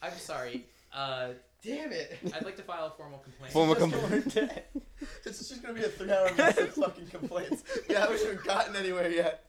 Speaker 7: I'm sorry. Uh,
Speaker 4: Damn it.
Speaker 7: Uh, I'd like to file a formal complaint.
Speaker 1: Formal
Speaker 4: Just
Speaker 1: compl-
Speaker 4: going to-
Speaker 6: It's just gonna be a three-hour mess of fucking complaints. Yeah, we haven't gotten anywhere yet.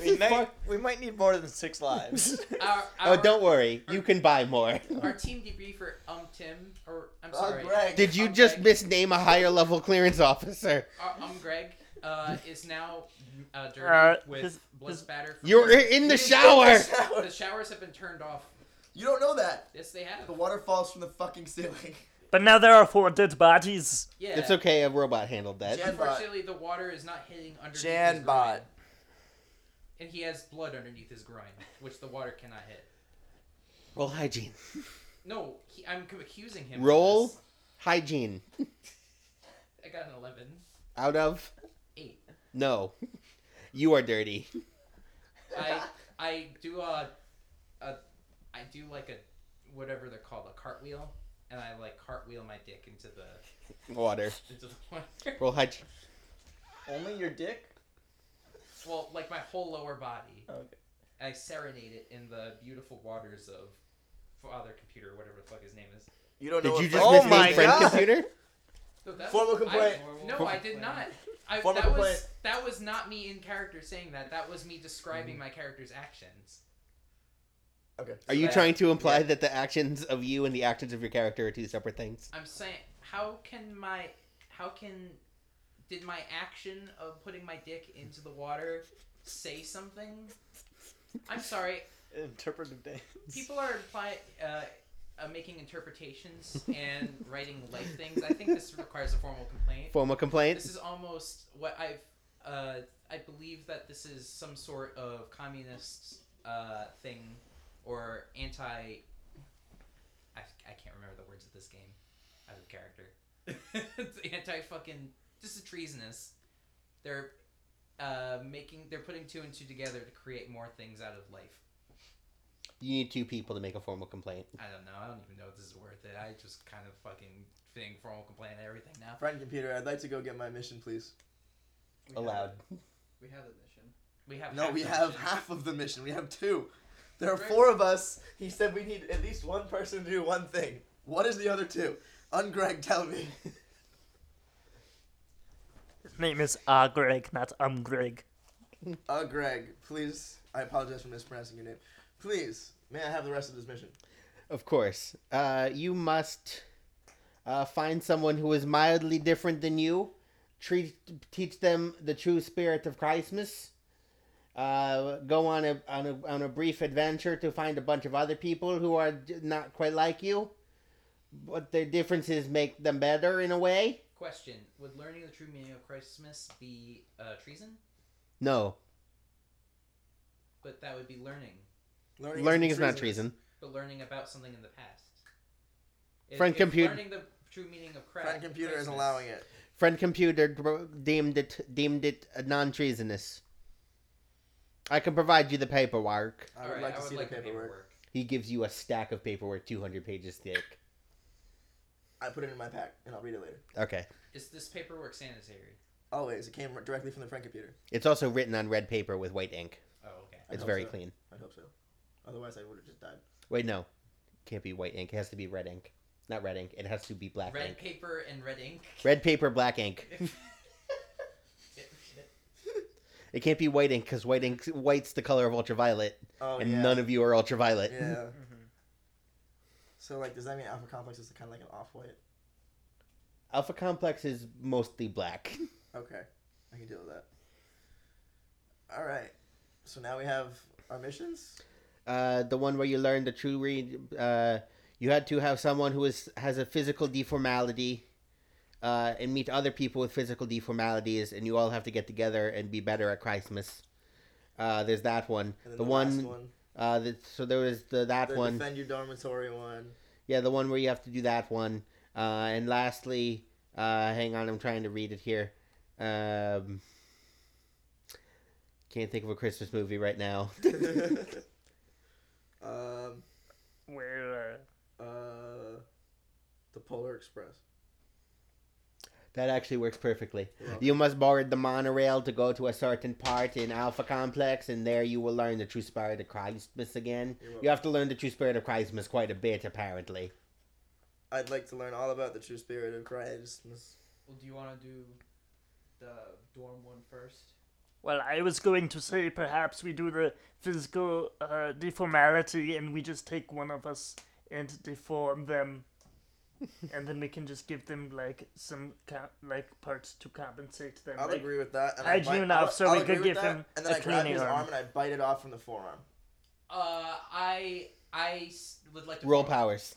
Speaker 9: we, might, we might need more than six lives.
Speaker 7: Our,
Speaker 1: Oh,
Speaker 7: our,
Speaker 1: don't worry. You can buy more.
Speaker 7: our team debriefer, um Tim, or I'm
Speaker 6: Oh,
Speaker 7: sorry,
Speaker 6: Greg.
Speaker 1: Did you
Speaker 7: I'm
Speaker 1: just
Speaker 7: Greg.
Speaker 1: misname a higher level clearance officer?
Speaker 7: uh, um Greg, uh, is now uh, dirty
Speaker 8: Uh,
Speaker 7: with
Speaker 8: his-
Speaker 7: blood
Speaker 8: his-
Speaker 7: spatter. from-
Speaker 1: You're in the shower.
Speaker 7: The showers have been turned off.
Speaker 6: You don't know that.
Speaker 7: Yes, they have.
Speaker 6: The water falls from the fucking ceiling.
Speaker 8: But now there are four dead bodies.
Speaker 7: Yeah.
Speaker 1: It's okay. A robot handled that.
Speaker 6: Jan-
Speaker 7: Unfortunately, the water is not hitting underneath his
Speaker 6: Janbot.
Speaker 7: groin, and he has blood underneath his groin, which the water cannot hit.
Speaker 1: Roll hygiene.
Speaker 7: No, he, I'm c- accusing him. of
Speaker 1: Roll
Speaker 7: this.
Speaker 1: hygiene.
Speaker 7: I got an eleven.
Speaker 1: Out of
Speaker 7: Eight.
Speaker 1: no. You are dirty.
Speaker 7: I I do a, a I do like a whatever they're called a cartwheel, and I like cartwheel my dick into the
Speaker 1: Water.
Speaker 7: into the water.
Speaker 1: Roll hygiene.
Speaker 9: Only your dick?
Speaker 7: Well, like my whole lower body.
Speaker 9: Okay.
Speaker 7: I serenade it in the beautiful waters of Father Computer, whatever the fuck his name is.
Speaker 6: You don't know.
Speaker 1: Did
Speaker 6: what
Speaker 1: you just
Speaker 6: fucking-
Speaker 9: Oh my
Speaker 1: misname friend
Speaker 9: God.
Speaker 1: computer?
Speaker 7: So that-
Speaker 6: Formal
Speaker 7: I-
Speaker 6: complaint.
Speaker 7: no, I did not. I,
Speaker 6: Formal
Speaker 7: that was
Speaker 6: complaint.
Speaker 7: that was not me in character saying that. That was me describing my character's actions.
Speaker 6: Okay.
Speaker 1: Are you
Speaker 7: Yeah.
Speaker 1: trying to imply that the actions of you and the actions of your character are two separate things?
Speaker 7: I'm saying, how can my, how can, did my action of putting my dick into the water say something? I'm sorry,
Speaker 9: Oh Interpretive day.
Speaker 7: people are imply, uh, uh, making interpretations and writing like things. I think this requires a formal complaint.
Speaker 1: Formal complaint.
Speaker 7: This is almost what I've, uh, I believe that this is some sort of communist uh, thing or anti. I, I can't remember the words of this game out of character. it's anti fucking. This is treasonous. They're uh, making. They're putting two and two together to create more things out of life.
Speaker 1: You need two people to make a formal complaint.
Speaker 7: I don't know. I don't even know if this is worth it. I just kind of fucking thing formal complaint and everything now.
Speaker 6: Friend computer, I'd like to go get my mission, please.
Speaker 4: We have
Speaker 1: Allowed.
Speaker 4: it. we have the mission.
Speaker 7: We have
Speaker 6: No,
Speaker 7: half
Speaker 6: we
Speaker 7: the
Speaker 6: have
Speaker 7: mission.
Speaker 6: half of the mission. We have two. There are
Speaker 7: Right.
Speaker 6: four of us. He said we need at least one person to do one thing. What is the other two? Ungreg, tell me.
Speaker 8: His name is R. Greg, not Um Greg.
Speaker 6: Uh, Greg, please. I apologize for mispronouncing your name. Please, may I have the rest of this mission?
Speaker 1: Of course. Uh, you must uh, find someone who is mildly different than you, treat, teach them the true spirit of Christmas, uh, go on a, on, a, on a brief adventure to find a bunch of other people who are j- not quite like you, but their differences make them better in a way.
Speaker 7: Question: Would learning the true meaning of Christmas be uh, treason?
Speaker 1: No,
Speaker 7: But that would be learning,
Speaker 6: Learning,
Speaker 1: learning is not treason.
Speaker 7: but learning about something in the past. If-
Speaker 1: Friend
Speaker 7: if
Speaker 1: compute-
Speaker 7: Learning the true meaning of Christ.
Speaker 6: Friend computer is allowing it.
Speaker 1: Friend computer dro- deemed it deemed it non treasonous. I can provide you the paperwork.
Speaker 6: I would like to see the paperwork.
Speaker 1: He gives you a stack of paperwork, 200 pages thick.
Speaker 6: I put it in my pack, and I'll read it later.
Speaker 1: Okay.
Speaker 7: Is this paperwork sanitary?
Speaker 6: Always, it came directly from the friend computer.
Speaker 1: It's also written on red paper with white ink.
Speaker 7: Oh, okay.
Speaker 1: It's
Speaker 6: hope
Speaker 1: very
Speaker 6: so.
Speaker 1: clean.
Speaker 6: I hope so. Otherwise, I would have just died.
Speaker 1: Wait, no. Can't be white ink. It has to be red ink. Not red ink. It has to be black
Speaker 7: Red
Speaker 1: ink.
Speaker 7: paper and red ink.
Speaker 1: Red paper, black ink. It can't be white ink because white ink white's the color of ultraviolet,
Speaker 6: Oh
Speaker 1: and
Speaker 6: yeah.
Speaker 1: none of you are ultraviolet.
Speaker 6: yeah.
Speaker 8: Mm-hmm.
Speaker 6: So like, does that mean Alpha Complex is kind of like an off-white?
Speaker 1: Alpha complex is mostly black.
Speaker 6: Okay, I can deal with that. All right. So now we have our missions.
Speaker 1: Uh, the one where you learn the true read. Uh, you had to have someone who is has a physical deformality, uh, and meet other people with physical deformalities, and you all have to get together and be better at Christmas. Uh, there's that one.
Speaker 6: And
Speaker 1: The,
Speaker 6: then
Speaker 1: one.
Speaker 6: last one.
Speaker 1: Uh, the, so there was the that
Speaker 6: The
Speaker 1: one.
Speaker 6: defend your dormitory one.
Speaker 1: Yeah, the one where you have to do that one. Uh, and lastly, uh, hang on, I'm trying to read it here. Um, can't think of a Christmas movie right now.
Speaker 6: um.
Speaker 8: Where?
Speaker 6: Uh. The Polar Express.
Speaker 1: That actually works perfectly.
Speaker 6: Yeah.
Speaker 1: You must board the monorail to go to a certain part in Alpha Complex, and there you will learn the true spirit of Christmas again.
Speaker 6: You're welcome.
Speaker 1: You have to learn the true spirit of Christmas quite a bit, apparently.
Speaker 6: I'd like to learn all about the true spirit of Christmas.
Speaker 4: Well, do you want to do the dorm one first?
Speaker 8: Well, I was going to say perhaps we do the physical uh, deformality and we just take one of us and deform them. and then we can just give them like some co- like parts to compensate them.
Speaker 6: I'll
Speaker 8: like,
Speaker 6: agree with that. And
Speaker 8: I drew enough so we
Speaker 6: agree
Speaker 8: could
Speaker 6: with
Speaker 8: give
Speaker 6: that,
Speaker 8: him
Speaker 6: And then
Speaker 8: a
Speaker 6: I grab
Speaker 8: cleaning
Speaker 6: his
Speaker 8: arm.
Speaker 6: arm and I bite it off from the forearm.
Speaker 7: Uh, I I s- would like to
Speaker 1: Roll
Speaker 7: form-
Speaker 1: powers.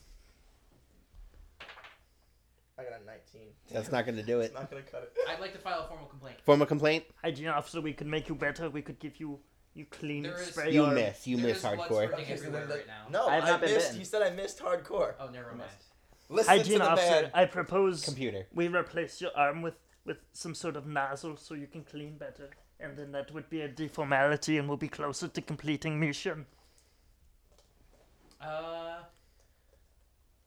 Speaker 6: I got a 19.
Speaker 1: That's not going to do
Speaker 6: It's
Speaker 1: it.
Speaker 6: not gonna cut it.
Speaker 7: I'd like to file a formal complaint.
Speaker 1: Formal complaint?
Speaker 8: hygiene officer, we could make you better. We could give you you clean
Speaker 7: There is-
Speaker 8: spray
Speaker 1: You
Speaker 8: arm.
Speaker 1: miss. You
Speaker 7: There
Speaker 1: miss
Speaker 7: is blood
Speaker 1: hardcore.
Speaker 7: spurting everywhere right now.
Speaker 6: No,
Speaker 8: I have
Speaker 6: I,
Speaker 8: not been
Speaker 6: missed.
Speaker 8: bitten. Uh,
Speaker 6: He said I missed hardcore.
Speaker 7: Oh, never mind.
Speaker 6: Listen to
Speaker 8: Hygiene
Speaker 6: the
Speaker 8: officer,
Speaker 6: man.
Speaker 8: I propose
Speaker 1: Computer.
Speaker 8: we replace your arm with with some sort of nozzle so you can clean better, and then that would be a deformality, and we'll be closer to completing mission.
Speaker 7: Uh,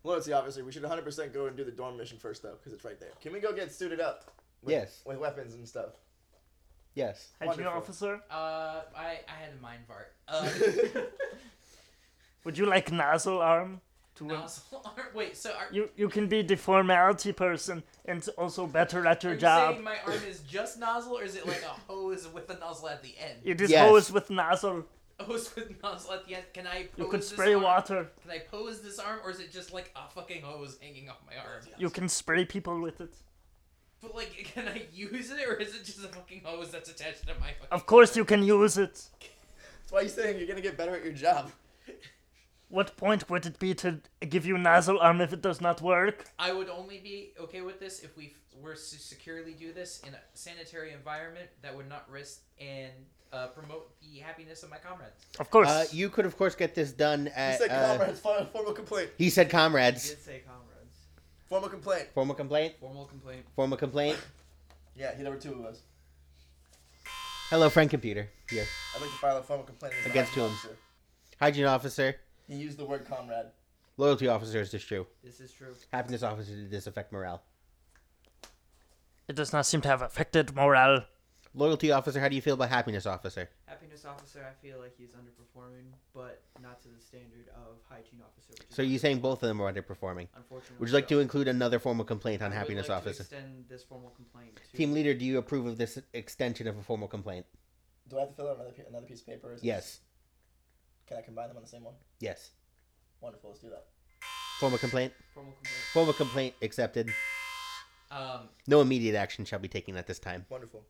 Speaker 6: Loyalty officer, we should 100% go and do the dorm mission first, though, because it's right there. Can we go get suited up? With,
Speaker 1: Yes.
Speaker 6: With weapons and stuff.
Speaker 1: Yes.
Speaker 8: Hygiene
Speaker 6: Wonderful.
Speaker 8: officer,
Speaker 7: uh, I I had a mind fart. Uh,
Speaker 8: would you like nozzle arm? To
Speaker 7: nozzle arm. Wait, so are,
Speaker 8: You you can be deformality person and also better at
Speaker 7: are
Speaker 8: your
Speaker 7: you
Speaker 8: job.
Speaker 7: saying my arm is just nozzle, or is it like a hose with a nozzle at the end?
Speaker 8: It is
Speaker 1: Yes.
Speaker 8: hose with nozzle.
Speaker 7: A hose with nozzle at the end. Can I? Pose
Speaker 8: You could
Speaker 7: this
Speaker 8: spray
Speaker 7: arm?
Speaker 8: water.
Speaker 7: Can I pose this arm, or is it just like a fucking hose hanging off my arm?
Speaker 8: You can spray people with it.
Speaker 7: But like, can I use it, or is it just a fucking hose that's attached to my fucking?
Speaker 8: Of course you can use it.
Speaker 6: That's why you're saying you're gonna get better at your job.
Speaker 8: What point would it be to give you nozzle arm if it does not work?
Speaker 7: I would only be okay with this if we f- were to securely do this in a sanitary environment that would not risk and uh, promote the happiness of my comrades.
Speaker 8: Of course.
Speaker 1: Uh, you could, of course, get this done
Speaker 6: He
Speaker 1: at.
Speaker 6: said,
Speaker 1: uh,
Speaker 6: comrades, file a formal complaint.
Speaker 1: he said
Speaker 4: I
Speaker 1: comrades.
Speaker 4: did say comrades.
Speaker 6: Formal complaint.
Speaker 1: Formal complaint?
Speaker 4: Formal complaint.
Speaker 1: Formal complaint?
Speaker 6: Yeah, he there were two of us.
Speaker 1: Hello, friend computer. Here.
Speaker 6: I'd like to file a formal complaint against,
Speaker 1: Against
Speaker 6: the
Speaker 1: whom?
Speaker 6: officer.
Speaker 1: Hygiene officer.
Speaker 6: He used the word comrade.
Speaker 1: Loyalty officer is this true.
Speaker 4: This is true.
Speaker 1: Happiness officer did this affect morale.
Speaker 8: it does not seem to have affected morale.
Speaker 1: Loyalty officer, how do you feel about happiness officer?
Speaker 4: Happiness officer, I feel like he's underperforming, but not to the standard of hygiene officer. Which is
Speaker 1: So you're saying both of them are underperforming.
Speaker 4: Unfortunately.
Speaker 1: Would you like
Speaker 4: so.
Speaker 1: to include another formal complaint on
Speaker 4: I would
Speaker 1: happiness
Speaker 4: like to
Speaker 1: officer?
Speaker 4: extend this formal complaint to
Speaker 1: Team leader, do you approve of this extension of a formal complaint?
Speaker 6: Do I have to fill out another, pe- another piece of paper? Is it-
Speaker 1: Yes.
Speaker 6: Can I combine them on the same one?
Speaker 1: Yes.
Speaker 6: Wonderful, let's do that.
Speaker 1: Formal complaint?
Speaker 4: formal complaint.
Speaker 1: Formal complaint accepted.
Speaker 7: Um,
Speaker 1: No immediate action shall be taken at this time.
Speaker 6: Wonderful.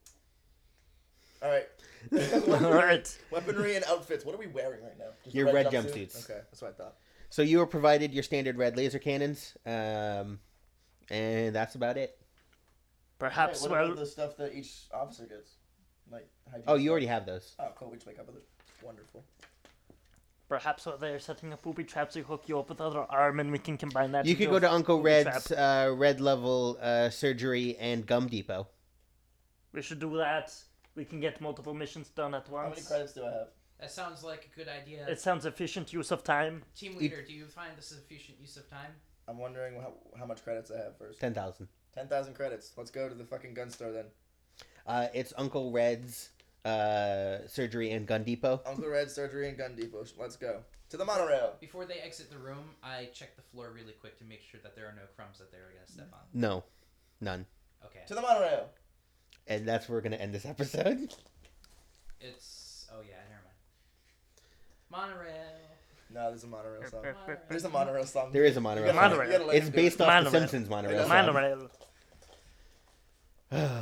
Speaker 6: All right.
Speaker 8: All right.
Speaker 6: Weaponry and outfits. What are we wearing right now? Just a
Speaker 1: Your red
Speaker 6: jumpsuit?
Speaker 1: jumpsuits.
Speaker 6: Okay, that's what I thought.
Speaker 1: So you were provided your standard red laser cannons, um, and that's about it.
Speaker 8: Perhaps,
Speaker 6: All right, what
Speaker 8: well,
Speaker 6: about the stuff that each officer gets? Like hygiene
Speaker 1: Oh, you
Speaker 6: stuff?
Speaker 1: already have those.
Speaker 6: Oh, cool. We just wake up with it. Wonderful.
Speaker 8: perhaps while they're setting up booby traps, we hook you up with other arm and we can combine that.
Speaker 1: You
Speaker 8: into
Speaker 1: could
Speaker 8: a
Speaker 1: go to Uncle
Speaker 8: booby trap.
Speaker 1: Red's uh, Red Level uh, Surgery and Gum Depot.
Speaker 8: We should do that. We can get multiple missions done at
Speaker 6: How many
Speaker 8: once.
Speaker 6: credits do I have?
Speaker 7: that sounds like a good idea.
Speaker 8: It sounds efficient use of time.
Speaker 7: Team leader, do you find this efficient use of time?
Speaker 6: I'm wondering how, how much credits I have first.
Speaker 1: Ten thousand.
Speaker 6: Ten thousand credits. Let's go to the fucking gun store then.
Speaker 1: Uh, it's Uncle Red's uh, Surgery and Gun Depot.
Speaker 6: Uncle Red Surgery and Gun Depot. Let's go to the monorail.
Speaker 7: Before they exit the room, I check the floor really quick to make sure that there are no crumbs that they're gonna step on.
Speaker 1: No, none.
Speaker 7: Okay.
Speaker 6: To the monorail.
Speaker 1: And that's where we're gonna end this episode.
Speaker 7: It's oh yeah, never mind. Monorail.
Speaker 6: No, there's a monorail song.
Speaker 7: Monorail.
Speaker 6: There's a monorail song.
Speaker 1: There is a monorail.
Speaker 8: gotta-
Speaker 1: song.
Speaker 8: Monorail.
Speaker 1: It's based off
Speaker 8: Monorail.
Speaker 1: the Simpsons monorail.
Speaker 6: That's
Speaker 1: song.
Speaker 8: Monorail.
Speaker 1: Does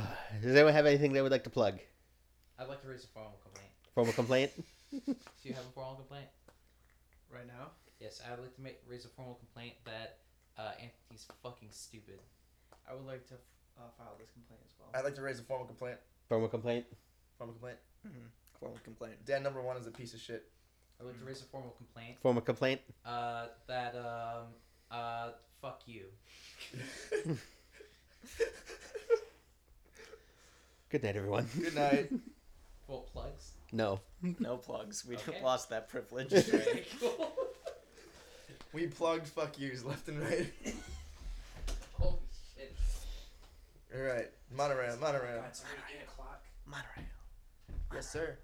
Speaker 1: anyone have anything they would like to plug?
Speaker 7: I'd like to raise a formal complaint.
Speaker 1: Formal complaint.
Speaker 7: Do you have a formal complaint?
Speaker 4: Right now?
Speaker 7: Yes, I'd like to make, raise a formal complaint that uh, Anthony's fucking stupid.
Speaker 4: I would like to f- uh, file this complaint as well.
Speaker 6: I'd like to raise a formal complaint.
Speaker 1: Formal complaint.
Speaker 6: Formal complaint.
Speaker 9: Formal complaint.
Speaker 6: Dan number one is a piece of shit.
Speaker 7: I'd like to raise a formal complaint
Speaker 1: Formal complaint.
Speaker 7: uh, that um uh fuck you.
Speaker 1: Good night, everyone.
Speaker 6: Good night.
Speaker 7: Full plugs.
Speaker 1: No.
Speaker 9: No plugs. We
Speaker 7: Okay.
Speaker 9: lost that privilege.
Speaker 7: Okay, cool.
Speaker 6: we plugged fuck yous left and right.
Speaker 7: Holy shit.
Speaker 6: All right, monorail, monorail.
Speaker 4: God, it's already eight o'clock.
Speaker 9: monorail.
Speaker 6: Yes, sir.